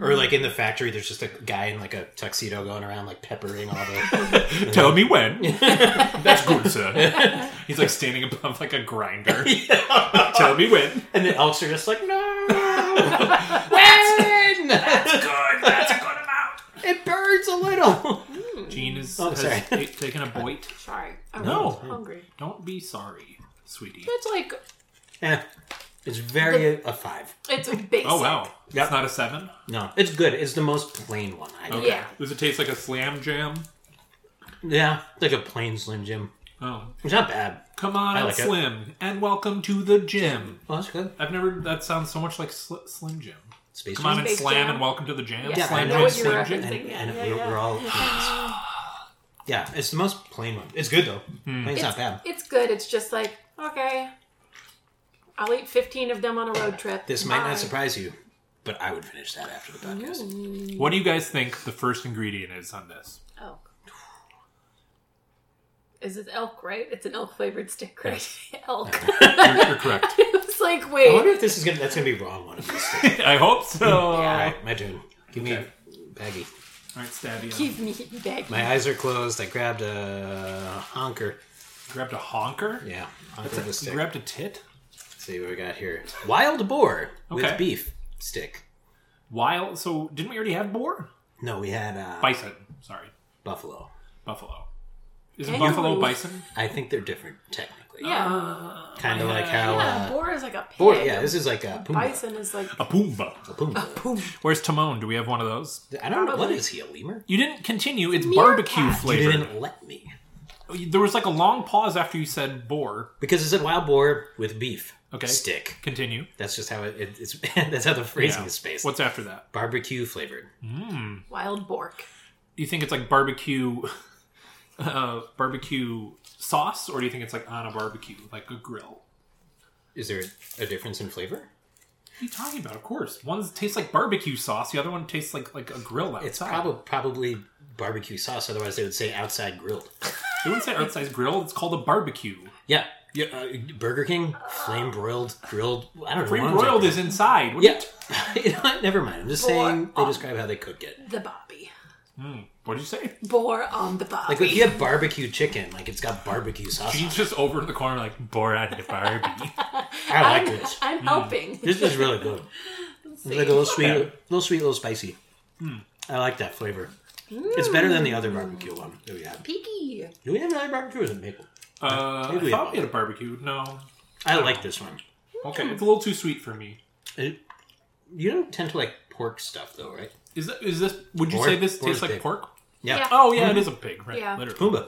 [SPEAKER 2] or like in the factory, there's just a guy in like a tuxedo going around, like peppering all the.
[SPEAKER 1] Tell me when. That's good, sir. He's like standing above like a grinder. Tell me when.
[SPEAKER 2] and the elks are just like, no,
[SPEAKER 1] Good. That's a good amount.
[SPEAKER 2] it burns a little.
[SPEAKER 1] Gene is
[SPEAKER 2] Oh,
[SPEAKER 1] has
[SPEAKER 2] sorry.
[SPEAKER 1] ta- taken a bite.
[SPEAKER 3] Sorry. I'm
[SPEAKER 1] No.
[SPEAKER 3] hungry.
[SPEAKER 1] Don't be sorry, sweetie.
[SPEAKER 3] It's like
[SPEAKER 2] Yeah, it's very a five.
[SPEAKER 3] it's basic.
[SPEAKER 1] Oh wow,
[SPEAKER 2] Yep.
[SPEAKER 1] it's not a seven.
[SPEAKER 2] No, it's good. It's the most plain one. I
[SPEAKER 1] Okay.
[SPEAKER 3] Yeah.
[SPEAKER 1] Does it taste like a slam jam?
[SPEAKER 2] Yeah, it's like a plain Slim Jim.
[SPEAKER 1] Oh,
[SPEAKER 2] It's not bad.
[SPEAKER 1] come on,
[SPEAKER 2] I
[SPEAKER 1] I'm
[SPEAKER 2] like it.
[SPEAKER 1] Slim, and welcome to the gym.
[SPEAKER 2] Oh, that's good.
[SPEAKER 1] I've never. That sounds so much like sl- Slim Jim.
[SPEAKER 2] Space
[SPEAKER 1] Come on
[SPEAKER 2] Jam.
[SPEAKER 1] and
[SPEAKER 3] Space
[SPEAKER 1] slam
[SPEAKER 3] Jam?
[SPEAKER 1] and welcome to the jam.
[SPEAKER 3] Yes,
[SPEAKER 1] slam
[SPEAKER 2] I know
[SPEAKER 1] jam,
[SPEAKER 2] what
[SPEAKER 1] slam
[SPEAKER 3] you're
[SPEAKER 1] jam.
[SPEAKER 3] referencing.
[SPEAKER 2] and,
[SPEAKER 3] Yeah,
[SPEAKER 2] and
[SPEAKER 3] yeah,
[SPEAKER 2] we're,
[SPEAKER 3] yeah.
[SPEAKER 2] we're all. yeah, it's the Hmm. most plain one. It's good though. Plain's not bad.
[SPEAKER 3] It's good. It's just like okay. I'll eat 15 of them on a road trip.
[SPEAKER 2] This might
[SPEAKER 3] Bye.
[SPEAKER 2] not surprise you, but I would finish that after the podcast.
[SPEAKER 1] What do you guys think the first ingredient is on this?
[SPEAKER 3] Oh. Is it elk, right? It's an elk flavored stick, right? Elk.
[SPEAKER 1] You're, you're correct.
[SPEAKER 3] it's like,
[SPEAKER 2] I
[SPEAKER 3] wait.
[SPEAKER 2] wonder if this is gonna that's gonna be wrong one of these. All
[SPEAKER 1] I hope so.
[SPEAKER 3] Yeah.
[SPEAKER 2] right, my turn. Give
[SPEAKER 1] Okay.
[SPEAKER 2] me baggy.
[SPEAKER 1] All right, Stabby. um,
[SPEAKER 3] Give me back.
[SPEAKER 2] My eyes are closed. I grabbed a honker.
[SPEAKER 1] grabbed a honker.
[SPEAKER 2] Yeah, honker of a
[SPEAKER 1] You
[SPEAKER 2] stick.
[SPEAKER 1] grabbed a tit.
[SPEAKER 2] Let's see what we got here. Wild boar
[SPEAKER 1] Okay.
[SPEAKER 2] with beef stick.
[SPEAKER 1] Wild. So didn't we already have boar?
[SPEAKER 2] No, we had uh,
[SPEAKER 1] Bison. Sorry,
[SPEAKER 2] buffalo.
[SPEAKER 1] buffalo. Is it
[SPEAKER 3] Kangaroo.
[SPEAKER 1] buffalo bison?
[SPEAKER 2] I think they're different technically.
[SPEAKER 3] Yeah.
[SPEAKER 2] Kind of like how.
[SPEAKER 3] yeah,
[SPEAKER 2] Uh,
[SPEAKER 3] boar is like a pig.
[SPEAKER 2] boar, yeah, this is like a puma.
[SPEAKER 3] Bison is like
[SPEAKER 1] A pumbaa.
[SPEAKER 2] A puma.
[SPEAKER 1] Where's Timon? Do we have one of those?
[SPEAKER 2] I don't know. What is he, a lemur?
[SPEAKER 1] You didn't continue. It's
[SPEAKER 3] Meerkat.
[SPEAKER 1] barbecue
[SPEAKER 2] You
[SPEAKER 1] flavored.
[SPEAKER 2] didn't let me.
[SPEAKER 1] There was like a long pause after you said boar.
[SPEAKER 2] Because it said wild boar with beef
[SPEAKER 1] Okay.
[SPEAKER 2] stick.
[SPEAKER 1] Continue.
[SPEAKER 2] That's just how it, it- it's. that's how the phrasing
[SPEAKER 1] Yeah.
[SPEAKER 2] is spaced.
[SPEAKER 1] What's after that?
[SPEAKER 2] barbecue flavored?
[SPEAKER 3] wild bork.
[SPEAKER 1] Do you think it's like barbecue, uh, barbecue sauce, or do you think it's like on a barbecue, like a grill?
[SPEAKER 2] Is there a difference in flavor?
[SPEAKER 1] What are you talking about? Of course, one tastes like barbecue sauce. The other one tastes like like a grill outside.
[SPEAKER 2] It's probably probably barbecue sauce. Otherwise, they would say outside grilled.
[SPEAKER 1] They wouldn't say outside grill. It's called a barbecue.
[SPEAKER 2] Yeah. yeah uh, Burger King flame broiled grilled. I don't know.
[SPEAKER 1] Free
[SPEAKER 2] what I'm
[SPEAKER 1] broiled
[SPEAKER 2] talking
[SPEAKER 1] is inside. What,
[SPEAKER 2] Yeah. you know what? Never mind. I'm just
[SPEAKER 3] Boy,
[SPEAKER 2] saying they
[SPEAKER 3] um,
[SPEAKER 2] describe how they cook it.
[SPEAKER 3] The Bobby.
[SPEAKER 1] what did you say?
[SPEAKER 3] Boar on the Bobby.
[SPEAKER 2] Like if you have barbecue chicken, like it's got barbecue sauce. on
[SPEAKER 1] She's just over in the corner like borat at Barbie.
[SPEAKER 2] it. I like
[SPEAKER 3] I'm,
[SPEAKER 2] this.
[SPEAKER 3] I'm helping.
[SPEAKER 2] This is really good. It's like a little sweet, a little sweet, a little spicy.
[SPEAKER 1] Hmm.
[SPEAKER 2] I like that flavor. It's better than the other barbecue one that we had.
[SPEAKER 3] Peaky.
[SPEAKER 2] Do we have another barbecue or is it maple?
[SPEAKER 1] Uh, I
[SPEAKER 2] Maybe
[SPEAKER 1] thought we
[SPEAKER 2] a-
[SPEAKER 1] had a barbecue. No.
[SPEAKER 2] I like this one.
[SPEAKER 1] Okay, it's a little too sweet for me.
[SPEAKER 2] It- you don't tend to like pork stuff though, right?
[SPEAKER 1] Is that is this? Would you
[SPEAKER 2] Pork-
[SPEAKER 1] say this
[SPEAKER 2] pork
[SPEAKER 1] tastes like
[SPEAKER 2] pig.
[SPEAKER 1] pork?
[SPEAKER 2] Yeah.
[SPEAKER 3] Yeah.
[SPEAKER 1] Oh yeah, it is a pig, right?
[SPEAKER 3] Mm-hmm. Yeah.
[SPEAKER 1] Literally.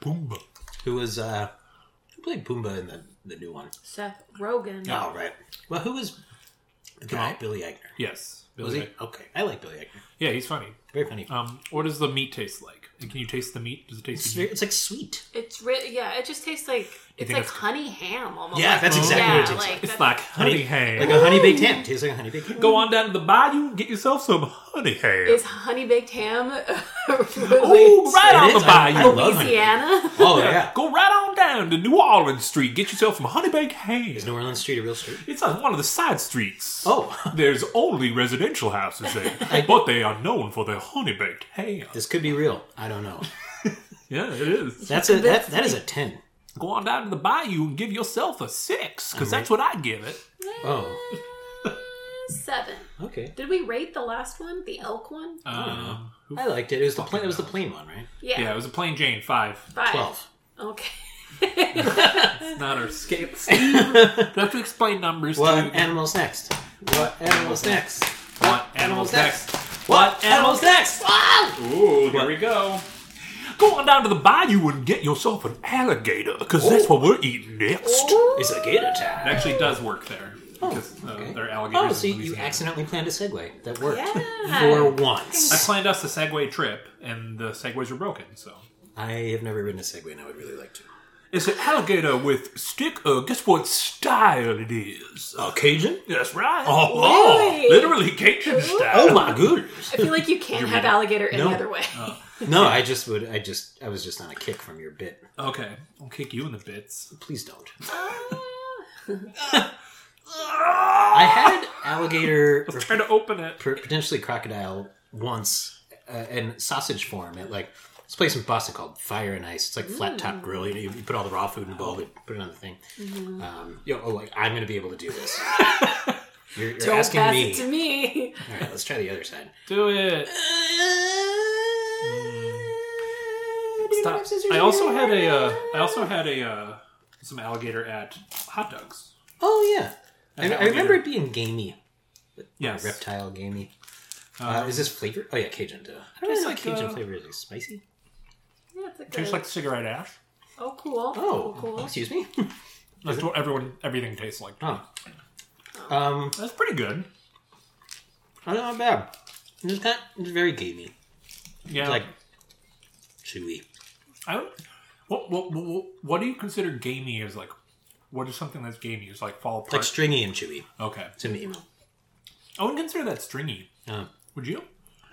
[SPEAKER 2] Pumbaa,
[SPEAKER 1] Pumbaa.
[SPEAKER 2] who was uh, who played Pumbaa in the, the new one?
[SPEAKER 3] Seth Rogen.
[SPEAKER 2] Oh right. Well, who was the guy? Billy Eichner.
[SPEAKER 1] Yes.
[SPEAKER 2] Was he?
[SPEAKER 1] Billy.
[SPEAKER 2] Okay, I like Billy Eichner.
[SPEAKER 1] Yeah, he's funny.
[SPEAKER 2] Very funny.
[SPEAKER 1] Um, what does the meat taste like? And Can you taste the meat? Does it taste?
[SPEAKER 2] It's,
[SPEAKER 1] the meat?
[SPEAKER 2] very, it's like sweet.
[SPEAKER 3] It's really yeah. It just tastes like it's
[SPEAKER 1] think
[SPEAKER 3] like
[SPEAKER 1] it's-
[SPEAKER 3] honey ham almost.
[SPEAKER 2] Yeah,
[SPEAKER 3] Like,
[SPEAKER 2] that's exactly
[SPEAKER 3] yeah,
[SPEAKER 2] what it tastes like.
[SPEAKER 3] like.
[SPEAKER 1] It's
[SPEAKER 3] that's-
[SPEAKER 1] like honey ham.
[SPEAKER 2] Like a honey baked ham. Tastes like a honey baked ham.
[SPEAKER 1] Go on down to the bayou and get yourself some honey ham.
[SPEAKER 3] Is honey baked ham
[SPEAKER 2] Oh,
[SPEAKER 1] Ooh, right
[SPEAKER 2] It
[SPEAKER 1] on
[SPEAKER 2] is.
[SPEAKER 1] the
[SPEAKER 2] I- I
[SPEAKER 1] bayou.
[SPEAKER 2] love honey baked
[SPEAKER 3] Louisiana?
[SPEAKER 2] Oh yeah.
[SPEAKER 1] Go right on down to New Orleans Street. Get yourself some honey baked ham.
[SPEAKER 2] Is New Orleans Street a real street?
[SPEAKER 1] It's on one of the side streets.
[SPEAKER 2] Oh,
[SPEAKER 1] There's only residential houses there, but they are known for their honey baked ham.
[SPEAKER 2] this could be real. I don't know.
[SPEAKER 1] Yeah, it is.
[SPEAKER 2] That's a that that is a ten.
[SPEAKER 1] Go on down to the bayou and give yourself a six, because that's what I give it.
[SPEAKER 2] Oh,
[SPEAKER 3] Seven.
[SPEAKER 2] okay.
[SPEAKER 3] Did we rate the last one? The elk one?
[SPEAKER 2] Uh,
[SPEAKER 1] Um,
[SPEAKER 2] I liked it. It was the plain. It was the plain one, right?
[SPEAKER 3] yeah.
[SPEAKER 1] yeah, it was a plain Jane five.
[SPEAKER 3] Five.
[SPEAKER 2] Twelve.
[SPEAKER 3] Okay.
[SPEAKER 1] It's not our scale. Steve, you have to explain numbers
[SPEAKER 2] What
[SPEAKER 1] to
[SPEAKER 2] animals next? What animals next?
[SPEAKER 1] what animals next.
[SPEAKER 2] What animals next?
[SPEAKER 1] Ooh, here we go. Go on down to the bayou and get yourself an alligator, because
[SPEAKER 2] Oh.
[SPEAKER 1] that's what we're eating next.
[SPEAKER 2] It's a gator
[SPEAKER 1] It
[SPEAKER 2] time.
[SPEAKER 1] actually does work there. Because uh,
[SPEAKER 2] Oh, okay.
[SPEAKER 1] they're alligators.
[SPEAKER 2] Oh, see,
[SPEAKER 1] in
[SPEAKER 2] you
[SPEAKER 1] Louisiana.
[SPEAKER 2] accidentally planned a segue that worked
[SPEAKER 3] Yeah.
[SPEAKER 2] for
[SPEAKER 1] I
[SPEAKER 2] once.
[SPEAKER 1] planned us a Segway trip, and the Segways are broken, so.
[SPEAKER 2] I have never ridden a Segway, and I would really like to.
[SPEAKER 1] It's an alligator with stick. Uh, guess what style it is?
[SPEAKER 2] A Cajun?
[SPEAKER 1] That's right. Oh,
[SPEAKER 3] Really?
[SPEAKER 1] literally Cajun style.
[SPEAKER 2] Oh my goodness!
[SPEAKER 3] I feel like you can't have alligator any
[SPEAKER 2] No. Uh,
[SPEAKER 3] other way.
[SPEAKER 2] No, I just would. I just. I was just on a kick from your bit.
[SPEAKER 1] Okay, I'll kick you in the bits.
[SPEAKER 2] Please don't.
[SPEAKER 1] I Ah!
[SPEAKER 2] I had alligator or
[SPEAKER 1] trying to open it.
[SPEAKER 2] per- potentially crocodile once uh, in sausage form at like this place in Boston called Fire and Ice. It's like flat top grill. You, know, you put all the raw food in a bowl, but put it on the thing. Um, you know, oh, like I'm gonna be able to do this. you're you're
[SPEAKER 3] Don't
[SPEAKER 2] asking
[SPEAKER 3] pass
[SPEAKER 2] me.
[SPEAKER 3] it to me.
[SPEAKER 2] All right, let's try the other side.
[SPEAKER 1] Do it. Stop. I also had a. Uh, I also had a uh, some alligator at hot dogs.
[SPEAKER 2] Oh yeah, I, I
[SPEAKER 1] alligator.
[SPEAKER 2] remember it being gamey,
[SPEAKER 1] Yes.
[SPEAKER 2] reptile gamey. Uh, is this flavored? Oh yeah, Cajun. Duh. I don't
[SPEAKER 1] Tastes
[SPEAKER 2] really know
[SPEAKER 1] like,
[SPEAKER 2] like Cajun
[SPEAKER 1] uh,
[SPEAKER 2] flavor. Is it spicy?
[SPEAKER 3] Yeah, it's a good.
[SPEAKER 1] Tastes like cigarette ash.
[SPEAKER 3] oh, cool.
[SPEAKER 2] Oh,
[SPEAKER 3] cool.
[SPEAKER 2] excuse me.
[SPEAKER 1] That's what everyone. Everything tastes like.
[SPEAKER 2] oh, um,
[SPEAKER 1] That's pretty good.
[SPEAKER 2] Oh, not bad. It's kind it's very gamey.
[SPEAKER 1] Yeah.
[SPEAKER 2] Like chewy.
[SPEAKER 1] I don't, what, what what what do you consider gamey as like What is something that's gamey? It's like fall apart.
[SPEAKER 2] like stringy and chewy
[SPEAKER 1] okay,
[SPEAKER 2] to me.
[SPEAKER 1] I wouldn't consider that stringy.
[SPEAKER 2] Uh,
[SPEAKER 1] Would you?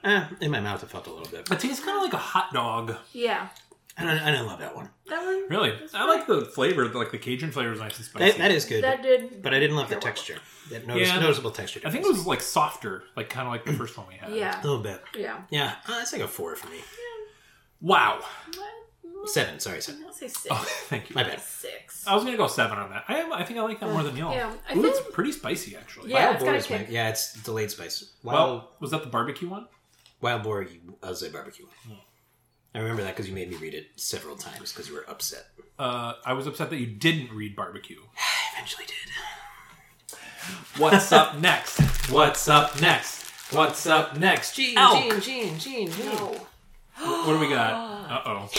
[SPEAKER 2] eh, in my mouth, it felt a little bit.
[SPEAKER 1] It tastes kind of like a hot dog.
[SPEAKER 3] Yeah.
[SPEAKER 2] I don't, I don't love that one.
[SPEAKER 3] That one.
[SPEAKER 1] Really, I like the flavor. Like the Cajun flavor is nice and spicy.
[SPEAKER 2] That, that is good,
[SPEAKER 3] That did.
[SPEAKER 2] but I didn't love the texture. That notice,
[SPEAKER 1] Yeah.
[SPEAKER 2] noticeable texture.
[SPEAKER 1] I think it
[SPEAKER 2] difference.
[SPEAKER 1] was like softer, like kind of like the first one we had.
[SPEAKER 3] Yeah.
[SPEAKER 2] a little bit.
[SPEAKER 3] Yeah.
[SPEAKER 2] Yeah, uh, it's like a four for me.
[SPEAKER 1] Wow.
[SPEAKER 3] What?
[SPEAKER 2] Seven, sorry, seven.
[SPEAKER 3] I'll say six.
[SPEAKER 1] Oh, thank you.
[SPEAKER 2] My bad.
[SPEAKER 3] Six.
[SPEAKER 2] Oh.
[SPEAKER 1] I was gonna go seven on that. I am, I think I like that more than y'all.
[SPEAKER 3] yeah, I
[SPEAKER 1] Ooh,
[SPEAKER 3] think-
[SPEAKER 1] it's pretty spicy actually.
[SPEAKER 3] Yeah,
[SPEAKER 2] wild
[SPEAKER 3] it's
[SPEAKER 2] boar
[SPEAKER 3] got a
[SPEAKER 2] is my
[SPEAKER 3] kick.
[SPEAKER 2] yeah, it's delayed spice. Wild
[SPEAKER 1] Well, was that the barbecue one?
[SPEAKER 2] wild boar, you, I was at barbecue.
[SPEAKER 1] Hmm.
[SPEAKER 2] I remember that because you made me read it several times because you were upset.
[SPEAKER 1] Uh, I was upset that you didn't read barbecue.
[SPEAKER 2] I eventually did.
[SPEAKER 1] What's up next? What's up next? What's up next? Gene, Gene,
[SPEAKER 2] Gene, Gene, Gene.
[SPEAKER 3] Oh.
[SPEAKER 1] What do we got?
[SPEAKER 3] Ah.
[SPEAKER 1] Uh oh.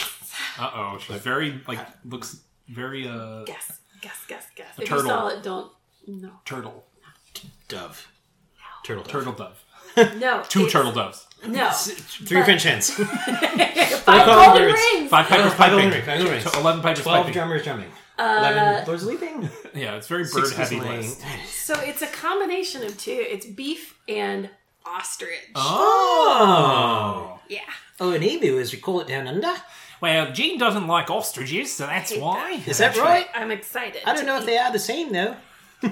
[SPEAKER 1] Uh oh. She's very like looks very uh
[SPEAKER 3] Guess. Guess. Guess. Guess. If
[SPEAKER 1] turtle.
[SPEAKER 3] you saw it, don't. No.
[SPEAKER 1] turtle
[SPEAKER 2] Dove. Turtle. Dove.
[SPEAKER 1] turtle dove.
[SPEAKER 3] No.
[SPEAKER 1] Two
[SPEAKER 3] it's-
[SPEAKER 1] turtle doves.
[SPEAKER 3] No.
[SPEAKER 2] Three French hens.
[SPEAKER 3] Five
[SPEAKER 2] Golden
[SPEAKER 3] golden
[SPEAKER 2] rings.
[SPEAKER 3] rings.
[SPEAKER 1] Five pipers
[SPEAKER 2] Five
[SPEAKER 1] piping.
[SPEAKER 2] golden rings, five golden rings.
[SPEAKER 1] T- Eleven pipers
[SPEAKER 2] Twelve
[SPEAKER 1] piping.
[SPEAKER 2] drummers drumming. Eleven lords leaping.
[SPEAKER 1] Yeah, it's very bird
[SPEAKER 2] Six
[SPEAKER 1] heavy
[SPEAKER 2] laying.
[SPEAKER 1] list.
[SPEAKER 3] So it's a combination of two. It's beef and ostrich.
[SPEAKER 2] Oh.
[SPEAKER 3] Yeah.
[SPEAKER 2] Oh, an emu, as we call it down under.
[SPEAKER 1] Well, Gene doesn't like ostriches, so that's why.
[SPEAKER 2] Is that right?
[SPEAKER 3] I'm excited.
[SPEAKER 2] I don't know if they are the same though.
[SPEAKER 1] You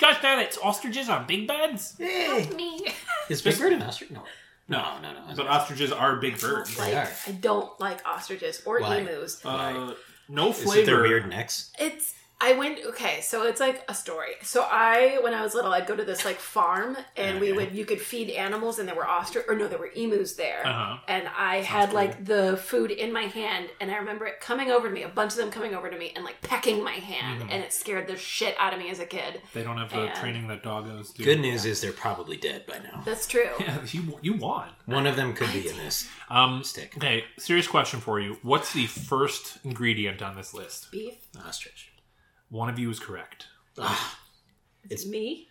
[SPEAKER 1] guys know that ostriches are big birds?
[SPEAKER 2] Hey.
[SPEAKER 3] Me.
[SPEAKER 2] Is Big Bird an ostrich? No.
[SPEAKER 1] No,
[SPEAKER 2] no, no.
[SPEAKER 1] But ostriches are big birds.
[SPEAKER 3] Like,
[SPEAKER 2] are.
[SPEAKER 3] I don't like ostriches or
[SPEAKER 2] Why?
[SPEAKER 3] emus.
[SPEAKER 1] Uh, no
[SPEAKER 2] Isn't there
[SPEAKER 1] flavor.
[SPEAKER 2] weird necks?
[SPEAKER 3] It's I went okay, so it's like a story. So I when I was little, I'd go to this like farm and we would you could feed animals and there were ostrich or no, there were emus there.
[SPEAKER 1] Uh-huh.
[SPEAKER 3] And I had like the food in my hand and I remember it coming over to me, a bunch of them coming over to me and like pecking my
[SPEAKER 2] Mm-hmm.
[SPEAKER 3] hand and it scared the shit out of me as a kid.
[SPEAKER 1] They don't have the
[SPEAKER 3] And-
[SPEAKER 1] training that doggos do.
[SPEAKER 2] Good news is they're probably dead by now.
[SPEAKER 3] That's true.
[SPEAKER 1] Yeah, you, you won.
[SPEAKER 2] One of them could be in this
[SPEAKER 1] Um,
[SPEAKER 2] stick.
[SPEAKER 1] okay, serious question for you. What's the first ingredient on this list?
[SPEAKER 3] Beef.
[SPEAKER 2] Ostrich.
[SPEAKER 1] One of you is correct.
[SPEAKER 2] Ah,
[SPEAKER 3] It's me.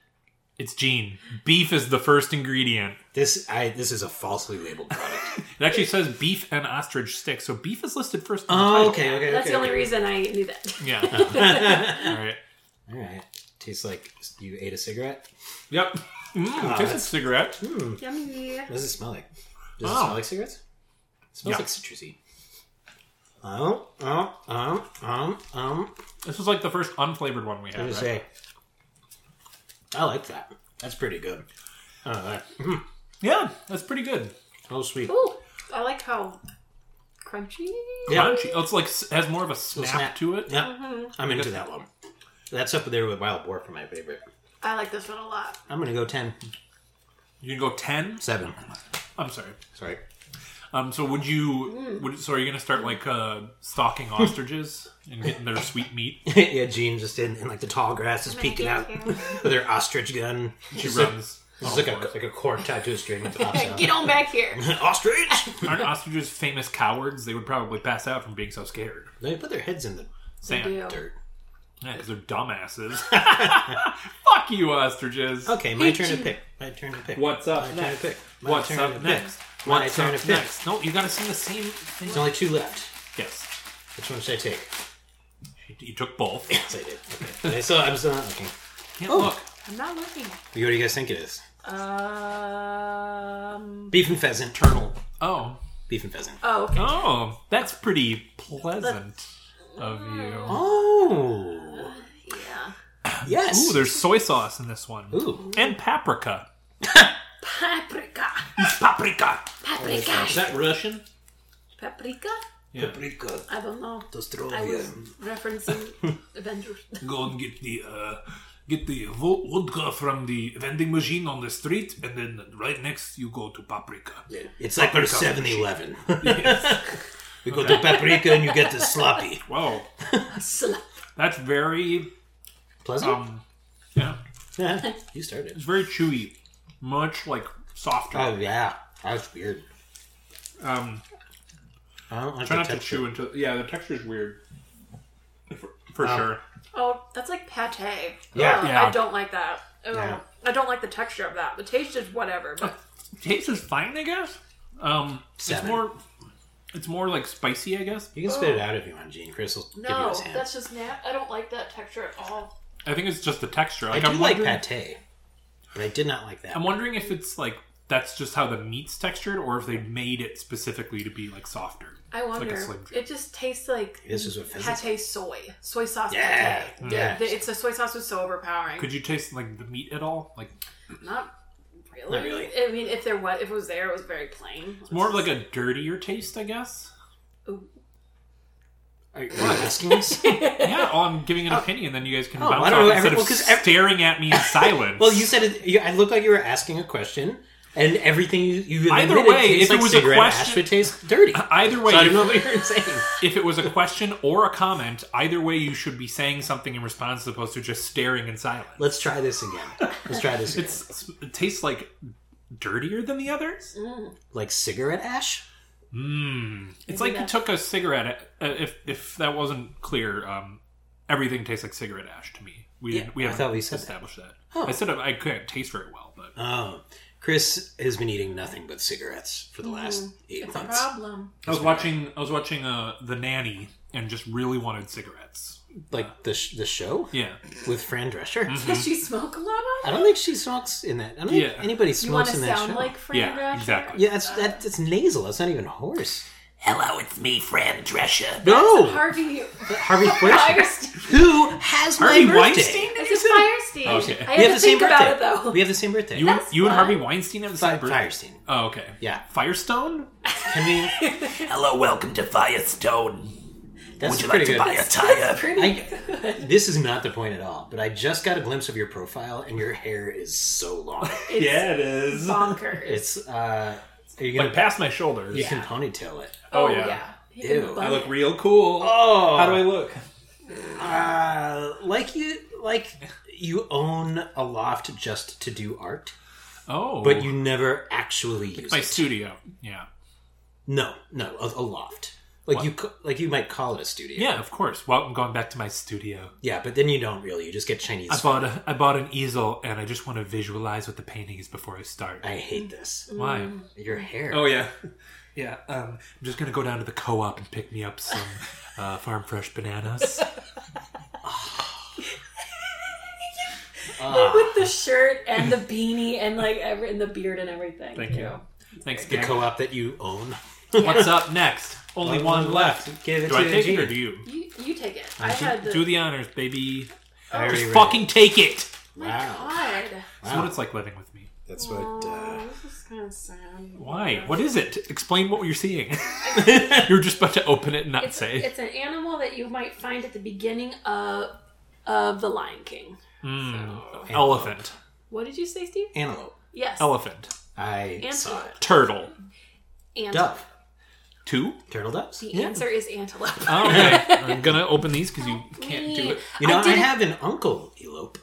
[SPEAKER 1] It's Gene. Beef is the first ingredient.
[SPEAKER 2] this I this is a falsely labeled product.
[SPEAKER 1] It actually says beef and ostrich stick, so beef is listed first. In the
[SPEAKER 2] oh,
[SPEAKER 1] title.
[SPEAKER 2] okay, okay.
[SPEAKER 3] That's
[SPEAKER 2] okay,
[SPEAKER 3] the only
[SPEAKER 2] okay.
[SPEAKER 3] reason I knew that.
[SPEAKER 1] Yeah. All right.
[SPEAKER 2] All right. Tastes like you ate a cigarette.
[SPEAKER 1] Yep.
[SPEAKER 2] Ah,
[SPEAKER 1] Mm, tastes like cigarette.
[SPEAKER 3] Yummy.
[SPEAKER 2] What does it smell like? Does it
[SPEAKER 1] Oh.
[SPEAKER 2] smell like cigarettes? It smells
[SPEAKER 1] Yeah.
[SPEAKER 2] like citrusy. Oh, oh, um, um, um.
[SPEAKER 1] This was like the first unflavored one we
[SPEAKER 2] I
[SPEAKER 1] had.
[SPEAKER 2] was
[SPEAKER 1] Right?
[SPEAKER 2] gonna say, I like that. That's pretty good. Uh,
[SPEAKER 1] Yeah, that's pretty good.
[SPEAKER 2] oh, sweet.
[SPEAKER 3] Ooh, I like how crunchy. Mm-hmm.
[SPEAKER 2] Yeah.
[SPEAKER 1] Crunchy. Oh, It's like s- has more of a snap,
[SPEAKER 2] Little snap.
[SPEAKER 1] to it.
[SPEAKER 2] Yeah, I'm into that one. That's up there with Wild Boar for my favorite.
[SPEAKER 3] I like this one a lot.
[SPEAKER 2] I'm gonna go 10.
[SPEAKER 1] You can go ten.
[SPEAKER 2] 7.
[SPEAKER 1] I'm sorry.
[SPEAKER 2] Sorry.
[SPEAKER 1] Um. So would you? Would, so are you gonna start like uh, stalking ostriches and getting their sweet meat?
[SPEAKER 2] yeah, Jean just in, in like the tall grass is peeking out with her ostrich gun.
[SPEAKER 1] She
[SPEAKER 2] She's like,
[SPEAKER 1] runs.
[SPEAKER 2] it's
[SPEAKER 1] all
[SPEAKER 2] like a,
[SPEAKER 1] for it.
[SPEAKER 2] like a cord tied to a string that pops out.
[SPEAKER 3] Get on back here.
[SPEAKER 2] ostrich!
[SPEAKER 1] Aren't ostriches famous cowards? They would probably pass out from being so scared.
[SPEAKER 2] they put their heads in the
[SPEAKER 1] Sam.
[SPEAKER 3] do.
[SPEAKER 2] dirt.
[SPEAKER 1] Yeah, because they're dumbasses. Fuck you, ostriches.
[SPEAKER 2] Okay, my turn to
[SPEAKER 3] Jean.
[SPEAKER 2] pick. My turn to pick.
[SPEAKER 1] What's up
[SPEAKER 2] My turn to
[SPEAKER 1] next?
[SPEAKER 2] pick. My
[SPEAKER 1] What's
[SPEAKER 2] turn to
[SPEAKER 1] up
[SPEAKER 2] pick.
[SPEAKER 1] next?
[SPEAKER 2] My
[SPEAKER 1] What's
[SPEAKER 2] turn to
[SPEAKER 1] up
[SPEAKER 2] pick.
[SPEAKER 1] next? No, you gotta sing the same thing.
[SPEAKER 2] There's only two left.
[SPEAKER 1] Yes.
[SPEAKER 2] Which one should I take?
[SPEAKER 1] You- You took both.
[SPEAKER 2] Yes, I did. Okay. And I still, I'm still not looking. Oh.
[SPEAKER 1] Can't look.
[SPEAKER 3] I'm not looking.
[SPEAKER 2] What do you guys think it is?
[SPEAKER 3] Um.
[SPEAKER 2] Beef and pheasant. Turtle.
[SPEAKER 1] Oh.
[SPEAKER 2] Beef and pheasant.
[SPEAKER 3] Oh, okay.
[SPEAKER 1] Oh, that's pretty pleasant of you.
[SPEAKER 2] Oh!
[SPEAKER 3] Yeah.
[SPEAKER 2] Yes!
[SPEAKER 1] Ooh, there's soy sauce in this one.
[SPEAKER 2] Ooh.
[SPEAKER 1] And paprika.
[SPEAKER 3] Paprika.
[SPEAKER 1] Paprika! Is
[SPEAKER 3] Paprika.
[SPEAKER 1] that Russian?
[SPEAKER 3] Paprika?
[SPEAKER 2] Paprika.
[SPEAKER 3] I don't know. I was referencing Avengers.
[SPEAKER 1] Go and get the uh, get the vo- vodka from the vending machine on the street, and then right next you go to paprika.
[SPEAKER 2] It's like our 7 Eleven. We go to paprika and you get the sloppy.
[SPEAKER 1] Wow,
[SPEAKER 3] Slap.
[SPEAKER 1] that's very
[SPEAKER 2] Pleasant?
[SPEAKER 1] um, yeah,
[SPEAKER 2] yeah. You started.
[SPEAKER 1] it's very chewy, much like softer.
[SPEAKER 2] Oh, yeah. That's weird.
[SPEAKER 1] um,
[SPEAKER 2] I don't like
[SPEAKER 1] try
[SPEAKER 2] the
[SPEAKER 1] not to
[SPEAKER 2] texture.
[SPEAKER 1] chew into. Yeah, the texture's weird. For, for sure.
[SPEAKER 3] Oh, that's like pate.
[SPEAKER 2] Yeah.
[SPEAKER 3] Ugh,
[SPEAKER 1] Yeah.
[SPEAKER 3] I don't like that. Ugh.
[SPEAKER 2] Yeah.
[SPEAKER 3] I don't like the texture of that. The taste is whatever, but
[SPEAKER 1] Taste is fine, I guess. Um,
[SPEAKER 2] Seven.
[SPEAKER 1] it's more. It's more like spicy, I guess.
[SPEAKER 2] You can spit it out if you want, Gene. Chris will give you
[SPEAKER 3] Oh. No,
[SPEAKER 2] his hand.
[SPEAKER 3] that's just nat. I don't like that texture at all.
[SPEAKER 1] I think it's just the texture.
[SPEAKER 2] I
[SPEAKER 1] Like,
[SPEAKER 2] do
[SPEAKER 1] am
[SPEAKER 2] like
[SPEAKER 1] wondering,
[SPEAKER 2] pate, but I did not like that.
[SPEAKER 1] I'm wondering if it's like that's just how the meat's textured, or if they made it specifically to be like softer.
[SPEAKER 3] I
[SPEAKER 1] like a
[SPEAKER 3] wonder.
[SPEAKER 1] Slim Jim.
[SPEAKER 3] it just tastes like
[SPEAKER 2] This is what fizzles.
[SPEAKER 3] pate soy, soy sauce
[SPEAKER 2] Yeah,
[SPEAKER 3] pate.
[SPEAKER 2] yeah.
[SPEAKER 3] The- It's the soy sauce was so overpowering.
[SPEAKER 1] Could you taste like the meat at all? Like
[SPEAKER 3] Not really.
[SPEAKER 2] Not really.
[SPEAKER 3] I mean, if there was, if it was there, it was very plain.
[SPEAKER 1] it's more of like a dirtier taste, I guess.
[SPEAKER 2] Are you asking us?
[SPEAKER 1] Yeah. Oh, I'm giving an opinion, then you guys can
[SPEAKER 2] Oh,
[SPEAKER 1] bounce
[SPEAKER 2] I don't
[SPEAKER 1] off
[SPEAKER 2] know,
[SPEAKER 1] instead
[SPEAKER 2] every- well,
[SPEAKER 1] of
[SPEAKER 2] 'cause every-
[SPEAKER 1] staring at me in silence.
[SPEAKER 2] well, you said it. You, I looked like you were asking a question, and everything you, you
[SPEAKER 1] Either
[SPEAKER 2] admitted
[SPEAKER 1] way,
[SPEAKER 2] tastes
[SPEAKER 1] if it
[SPEAKER 2] like
[SPEAKER 1] was a
[SPEAKER 2] cigarette
[SPEAKER 1] question-
[SPEAKER 2] ash, but tastes dirty.
[SPEAKER 1] Either way,
[SPEAKER 2] So I don't
[SPEAKER 1] you-
[SPEAKER 2] know what you're saying.
[SPEAKER 1] if it was a question or a comment, either way, you should be saying something in response, as opposed to just staring in silence.
[SPEAKER 2] Let's try this again. Let's try this again.
[SPEAKER 1] It's it tastes like dirtier than the others.
[SPEAKER 3] Mm,
[SPEAKER 2] like cigarette ash.
[SPEAKER 1] Mm. It's
[SPEAKER 3] Maybe
[SPEAKER 1] like you
[SPEAKER 3] that's-
[SPEAKER 1] took a cigarette. uh, If if that wasn't clear, um, everything tastes like cigarette ash to me. We
[SPEAKER 2] Yeah,
[SPEAKER 1] we
[SPEAKER 2] I
[SPEAKER 1] haven't
[SPEAKER 2] thought we said that.
[SPEAKER 1] established that.
[SPEAKER 3] Oh.
[SPEAKER 2] Huh.
[SPEAKER 1] I said I couldn't taste very well, but
[SPEAKER 2] Oh, Chris has been eating nothing but cigarettes for the last eight
[SPEAKER 3] Mm. It's a
[SPEAKER 2] months.
[SPEAKER 3] problem.
[SPEAKER 1] I was watching I was watching uh, the nanny and just really wanted cigarettes.
[SPEAKER 2] Like the sh- the show
[SPEAKER 1] Yeah,
[SPEAKER 2] with Fran Drescher.
[SPEAKER 3] Does she smoke a lot of?
[SPEAKER 2] I don't think she smokes in that. I don't
[SPEAKER 1] Yeah.
[SPEAKER 2] think anybody
[SPEAKER 3] You want
[SPEAKER 2] smokes
[SPEAKER 3] to
[SPEAKER 2] in that
[SPEAKER 3] sound
[SPEAKER 2] show.
[SPEAKER 3] like Fran
[SPEAKER 1] Yeah,
[SPEAKER 3] Drescher?
[SPEAKER 1] exactly.
[SPEAKER 2] yeah, that's that. It's nasal. That's not even hoarse.
[SPEAKER 4] Hello, it's me, Fran Drescher.
[SPEAKER 2] No, Uh,
[SPEAKER 3] Harvey
[SPEAKER 2] Harvey Weinstein,
[SPEAKER 3] Firestein.
[SPEAKER 2] who has my
[SPEAKER 1] Harvey
[SPEAKER 2] birthday.
[SPEAKER 1] Weinstein.
[SPEAKER 3] It's a Firestein.
[SPEAKER 1] Okay.
[SPEAKER 3] I
[SPEAKER 2] We
[SPEAKER 3] had
[SPEAKER 2] have
[SPEAKER 3] to
[SPEAKER 2] the same
[SPEAKER 3] think
[SPEAKER 2] birthday.
[SPEAKER 3] about it though.
[SPEAKER 2] We have the same birthday.
[SPEAKER 1] You and
[SPEAKER 3] That's
[SPEAKER 1] you and
[SPEAKER 3] fine.
[SPEAKER 1] Harvey Weinstein have the same
[SPEAKER 2] Fi-
[SPEAKER 1] birthday.
[SPEAKER 2] Firestein.
[SPEAKER 1] Oh, okay.
[SPEAKER 2] Yeah.
[SPEAKER 1] Firestone.
[SPEAKER 2] Can we?
[SPEAKER 4] Hello, welcome to Firestone.
[SPEAKER 2] That's
[SPEAKER 4] Would you like
[SPEAKER 2] pretty
[SPEAKER 4] to buy a
[SPEAKER 2] good.
[SPEAKER 4] tire?
[SPEAKER 3] Pretty.
[SPEAKER 2] I, this is not the point at all, but I just got a glimpse of your profile, and your hair is so long.
[SPEAKER 3] It's
[SPEAKER 1] it is.
[SPEAKER 3] bonkers.
[SPEAKER 2] It's uh, are you gonna?
[SPEAKER 1] Like past my shoulders.
[SPEAKER 2] you can ponytail it.
[SPEAKER 1] Oh, yeah.
[SPEAKER 3] He can
[SPEAKER 2] Ew.
[SPEAKER 3] bun
[SPEAKER 1] I look
[SPEAKER 3] it.
[SPEAKER 1] real cool.
[SPEAKER 2] Oh,
[SPEAKER 1] How do I look?
[SPEAKER 2] Uh, like you, like you own a loft just to do art,
[SPEAKER 1] Oh,
[SPEAKER 2] but you never actually use
[SPEAKER 1] my
[SPEAKER 2] it.
[SPEAKER 1] studio. Yeah.
[SPEAKER 2] No, no, a, a loft. Like you, ca- like you might call it a studio.
[SPEAKER 1] Yeah, of course. Well, I'm going back to my studio.
[SPEAKER 2] yeah, but then you don't really. You just get Chinese.
[SPEAKER 1] I bought a, I bought an easel, and I just want to visualize what the painting is before I start.
[SPEAKER 2] I hate this.
[SPEAKER 1] Why?
[SPEAKER 2] Your hair.
[SPEAKER 1] Mm. Oh, yeah, yeah. Um, I'm just gonna go down to the co-op and pick me up some uh, farm fresh bananas.
[SPEAKER 2] Ah.
[SPEAKER 3] with the shirt and the beanie and like every and the beard and everything.
[SPEAKER 1] Thank you. Thanks,
[SPEAKER 2] the
[SPEAKER 1] gang.
[SPEAKER 2] co-op that you own.
[SPEAKER 1] What's up next? Only one, left.
[SPEAKER 2] Give it
[SPEAKER 1] Do
[SPEAKER 2] to
[SPEAKER 1] I take it or
[SPEAKER 2] Gene.
[SPEAKER 1] do you?
[SPEAKER 3] You, you take it. I had the,
[SPEAKER 1] Do the honors, baby.
[SPEAKER 2] Very
[SPEAKER 1] Just
[SPEAKER 2] rare.
[SPEAKER 1] fucking take it.
[SPEAKER 3] my
[SPEAKER 2] Wow.
[SPEAKER 3] God.
[SPEAKER 1] That's what it's like living with me.
[SPEAKER 2] That's what. uh,
[SPEAKER 3] Oh, this is kind of sad.
[SPEAKER 1] Why? What is it? Explain what you're seeing. you're just about to open it and not
[SPEAKER 3] It's,
[SPEAKER 1] say.
[SPEAKER 3] it's an animal that you might find at the beginning of of the Lion King.
[SPEAKER 1] Elephant.
[SPEAKER 3] What did you say, Steve?
[SPEAKER 2] Antelope.
[SPEAKER 3] Yes.
[SPEAKER 1] Elephant.
[SPEAKER 2] I saw
[SPEAKER 3] Antelope.
[SPEAKER 2] it.
[SPEAKER 1] Turtle.
[SPEAKER 3] Antelope.
[SPEAKER 2] Dove.
[SPEAKER 1] Two.
[SPEAKER 2] Turtle doves.
[SPEAKER 3] The answer is antelope.
[SPEAKER 1] Oh, okay. I'm gonna open these because you can't do it.
[SPEAKER 2] You know,
[SPEAKER 3] I
[SPEAKER 2] I,
[SPEAKER 3] didn't-
[SPEAKER 2] have an uncle elope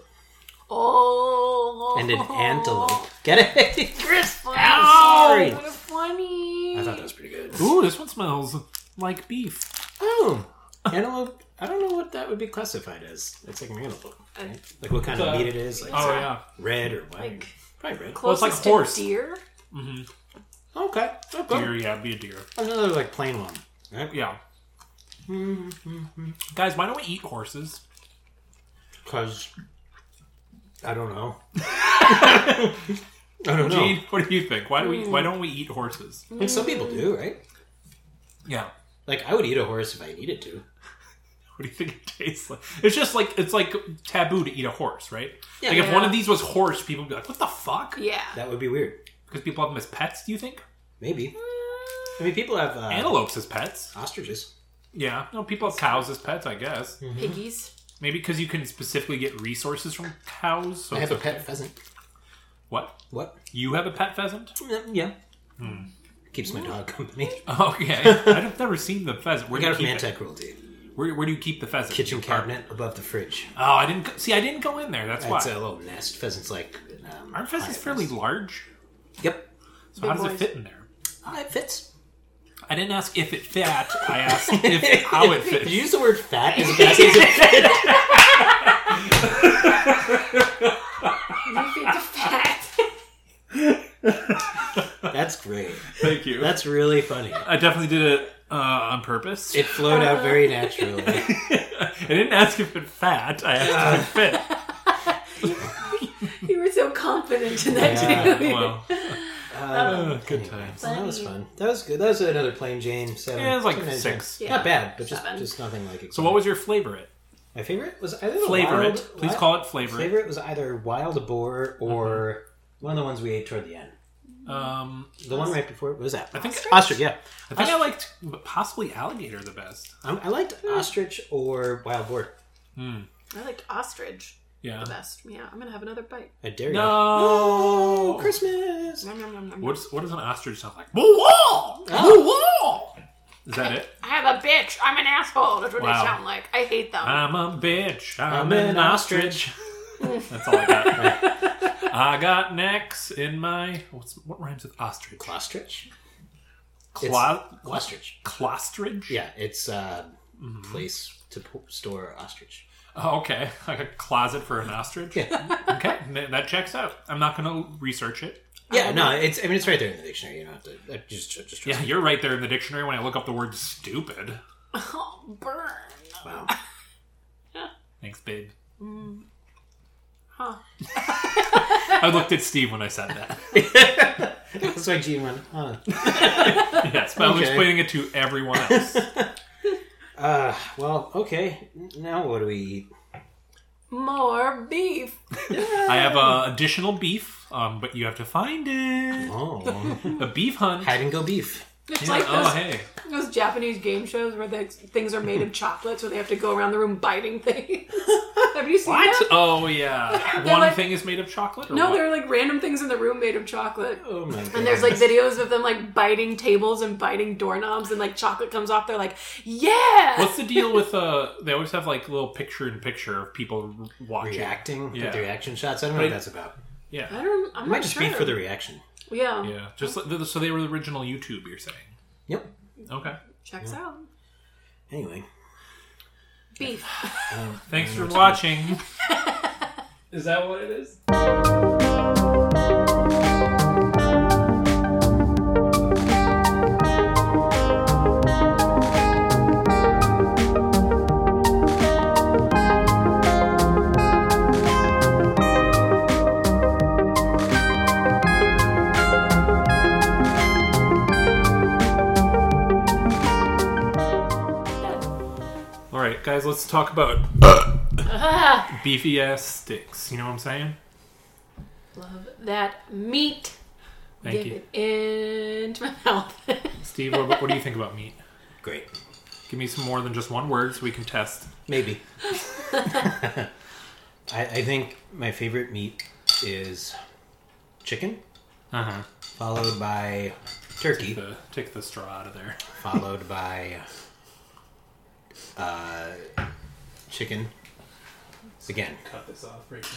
[SPEAKER 3] Oh.
[SPEAKER 2] and an antelope. Get it?
[SPEAKER 3] Chris,
[SPEAKER 2] Ow!
[SPEAKER 3] What a funny.
[SPEAKER 2] I thought that was pretty good.
[SPEAKER 1] Ooh, this one smells like beef.
[SPEAKER 2] Oh, antelope. I don't know what that would be classified as. It's like an antelope. right? Like what kind of meat it is. Like
[SPEAKER 1] Oh yeah.
[SPEAKER 2] red or white.
[SPEAKER 3] Like-
[SPEAKER 2] Probably red.
[SPEAKER 1] it's like
[SPEAKER 3] Closest
[SPEAKER 1] horse.
[SPEAKER 3] To deer.
[SPEAKER 2] Okay. Okay.
[SPEAKER 1] Deer, yeah, be a deer.
[SPEAKER 2] Another like plain one. Right?
[SPEAKER 1] Yeah. Guys, why don't we eat horses?
[SPEAKER 2] Because I don't know. I don't know.
[SPEAKER 1] Gene, what do you think? Why do we? Why don't we eat horses?
[SPEAKER 2] Like some people do, right?
[SPEAKER 1] Yeah.
[SPEAKER 2] Like I would eat a horse if I needed to.
[SPEAKER 1] What do you think it tastes like? It's just like it's like taboo to eat a horse, right?
[SPEAKER 2] Yeah.
[SPEAKER 1] like if
[SPEAKER 3] Yeah.
[SPEAKER 1] one of these was horse, people would be like, "What the fuck?" Because
[SPEAKER 3] Yeah.
[SPEAKER 2] That would be weird.
[SPEAKER 1] people have them as pets. Do you think
[SPEAKER 2] Maybe. I mean, people have uh,
[SPEAKER 1] antelopes as pets?
[SPEAKER 2] ostriches.
[SPEAKER 1] Yeah. No, people have cows as pets, I guess.
[SPEAKER 3] Piggies.
[SPEAKER 1] Maybe because you can specifically get resources from cows. So
[SPEAKER 2] I have
[SPEAKER 1] it's
[SPEAKER 2] a pet pheasant.
[SPEAKER 1] What?
[SPEAKER 2] What?
[SPEAKER 1] You have a pet pheasant?
[SPEAKER 2] Mm, Yeah. Keeps my dog company.
[SPEAKER 1] Okay. I've never seen the pheasant. Where
[SPEAKER 2] We
[SPEAKER 1] do
[SPEAKER 2] got
[SPEAKER 1] you
[SPEAKER 2] it from
[SPEAKER 1] keep it?
[SPEAKER 2] anti-cruelty.
[SPEAKER 1] Where, where do you keep the pheasant?
[SPEAKER 2] kitchen
[SPEAKER 1] Your apartment?
[SPEAKER 2] cabinet above the fridge.
[SPEAKER 1] Oh, I didn't go, see. I didn't go in there. That's why.
[SPEAKER 2] It's a little nest. Pheasant's like. Um,
[SPEAKER 1] Aren't pheasants
[SPEAKER 2] high
[SPEAKER 1] fairly
[SPEAKER 2] nest.
[SPEAKER 1] large?
[SPEAKER 2] Yep.
[SPEAKER 1] So how does
[SPEAKER 3] boys.
[SPEAKER 1] it fit in there?
[SPEAKER 2] Ah, it fits.
[SPEAKER 1] I didn't ask if it fit. I asked if how it
[SPEAKER 2] Did you
[SPEAKER 1] fits.
[SPEAKER 2] use the word fat as a basket? it fit?
[SPEAKER 3] You feed the fat.
[SPEAKER 2] That's great.
[SPEAKER 1] Thank you.
[SPEAKER 2] That's really funny.
[SPEAKER 1] I definitely did a uh, on purpose.
[SPEAKER 2] It flowed out very naturally.
[SPEAKER 1] I didn't ask if it fat. I asked if it fit.
[SPEAKER 3] You were so confident in that
[SPEAKER 2] Yeah,
[SPEAKER 3] too.
[SPEAKER 1] Well,
[SPEAKER 2] Uh,
[SPEAKER 1] uh, good times.
[SPEAKER 2] so that was fun. That was good. That was another plain Jane. Seven.
[SPEAKER 1] Yeah, it was like
[SPEAKER 2] seven out of
[SPEAKER 1] six.
[SPEAKER 2] ten.
[SPEAKER 3] Yeah.
[SPEAKER 2] Not bad, but just,
[SPEAKER 3] Seven.
[SPEAKER 2] just nothing like.
[SPEAKER 1] So what was your flavor? It
[SPEAKER 2] my favorite? Was either the
[SPEAKER 1] flavor
[SPEAKER 2] wild,
[SPEAKER 1] it. Please call it flavor. it.
[SPEAKER 2] Favorite was either wild boar or
[SPEAKER 1] Mm-hmm.
[SPEAKER 2] one of the ones we ate toward the end.
[SPEAKER 1] Um,
[SPEAKER 2] The one right before what was that? I
[SPEAKER 1] think-
[SPEAKER 2] ostrich. Yeah,
[SPEAKER 1] I think I liked possibly alligator the best.
[SPEAKER 2] I, I liked ostrich or wild boar.
[SPEAKER 3] I liked ostrich
[SPEAKER 1] Yeah.
[SPEAKER 3] the best. Yeah, I'm gonna have another bite.
[SPEAKER 2] I dare you.
[SPEAKER 1] No.
[SPEAKER 2] Oh, Christmas.
[SPEAKER 3] Nom, nom, nom, nom.
[SPEAKER 1] What's what does an ostrich sound like? Woo-wah! Woo-wah! Is that it?
[SPEAKER 3] I'm a bitch. I'm an asshole. That's what
[SPEAKER 1] Wow.
[SPEAKER 3] they sound like. I hate them.
[SPEAKER 1] I'm a bitch. I'm,
[SPEAKER 2] I'm
[SPEAKER 1] an
[SPEAKER 2] an
[SPEAKER 1] ostrich. That's all I got. I got necks in my what's what rhymes with ostrich?
[SPEAKER 2] Ostrich.
[SPEAKER 1] Cla-
[SPEAKER 2] Ostrich.
[SPEAKER 1] clostrich?
[SPEAKER 2] Yeah, it's uh, place to p- store ostrich.
[SPEAKER 1] Oh, okay. Like a closet for an ostrich.
[SPEAKER 2] Yeah.
[SPEAKER 1] okay, th- that checks out. I'm not gonna research it.
[SPEAKER 2] Yeah, no, it's. I mean, it's right there in the dictionary. You don't have to uh, just just trust
[SPEAKER 1] Yeah,
[SPEAKER 2] me.
[SPEAKER 1] you're right there in the dictionary when I look up the word stupid.
[SPEAKER 3] Oh, burn.
[SPEAKER 2] Wow.
[SPEAKER 1] Thanks, babe.
[SPEAKER 3] Huh.
[SPEAKER 1] I looked at Steve when I said that.
[SPEAKER 2] That's why Gene went. Huh.
[SPEAKER 1] Yes, but I'm
[SPEAKER 2] Okay.
[SPEAKER 1] explaining it to everyone else.
[SPEAKER 2] Uh, well, okay. Now what do we eat?
[SPEAKER 3] More beef.
[SPEAKER 1] I have uh, additional beef, um, but you have to find it.
[SPEAKER 2] Oh,
[SPEAKER 1] A beef hunt.
[SPEAKER 2] hide and go beef.
[SPEAKER 3] It's
[SPEAKER 1] Yeah,
[SPEAKER 3] like those,
[SPEAKER 1] oh, hey.
[SPEAKER 3] those Japanese game shows where the things are made of chocolate, so they have to go around the room biting things. have you seen
[SPEAKER 1] What?
[SPEAKER 3] that?
[SPEAKER 1] Oh, yeah.
[SPEAKER 3] They're
[SPEAKER 1] One
[SPEAKER 3] like-
[SPEAKER 1] thing is made of chocolate? Or
[SPEAKER 3] No,
[SPEAKER 1] what?
[SPEAKER 3] there are like random things in the room made of chocolate.
[SPEAKER 2] Oh my god.
[SPEAKER 3] And there's like videos of them like biting tables and biting doorknobs, and like chocolate comes off. They're like, yeah.
[SPEAKER 1] What's the deal with uh? They always have like little picture in picture of people r- watching.
[SPEAKER 2] reacting
[SPEAKER 1] Yeah.
[SPEAKER 2] with the reaction shots. I don't know
[SPEAKER 1] But-
[SPEAKER 2] what that's about.
[SPEAKER 3] I
[SPEAKER 1] Yeah,
[SPEAKER 3] don't. I'm
[SPEAKER 2] It might
[SPEAKER 3] not
[SPEAKER 2] just
[SPEAKER 3] sure.
[SPEAKER 2] be for the reaction.
[SPEAKER 3] yeah.
[SPEAKER 1] yeah. Just like, th- so they were the original YouTube. You're saying?
[SPEAKER 2] Yep.
[SPEAKER 1] Okay.
[SPEAKER 3] Checks out.
[SPEAKER 2] Anyway,
[SPEAKER 3] Beef.
[SPEAKER 2] um,
[SPEAKER 1] Thanks for watching. is that what it is? All right, guys. Let's talk about
[SPEAKER 3] Ah,
[SPEAKER 1] beefy ass sticks. You know what I'm saying?
[SPEAKER 3] love that meat.
[SPEAKER 1] Thank
[SPEAKER 3] Get
[SPEAKER 1] you,
[SPEAKER 3] it into my mouth.
[SPEAKER 1] Steve. What, what do you think about meat?
[SPEAKER 2] great.
[SPEAKER 1] Give me some more than just one word so we can test.
[SPEAKER 2] Maybe. I, I think my favorite meat is chicken,
[SPEAKER 1] Uh huh.
[SPEAKER 2] followed by turkey,
[SPEAKER 1] The, take the straw out of there.
[SPEAKER 2] followed by uh, chicken. Again,
[SPEAKER 1] Cut this off right here.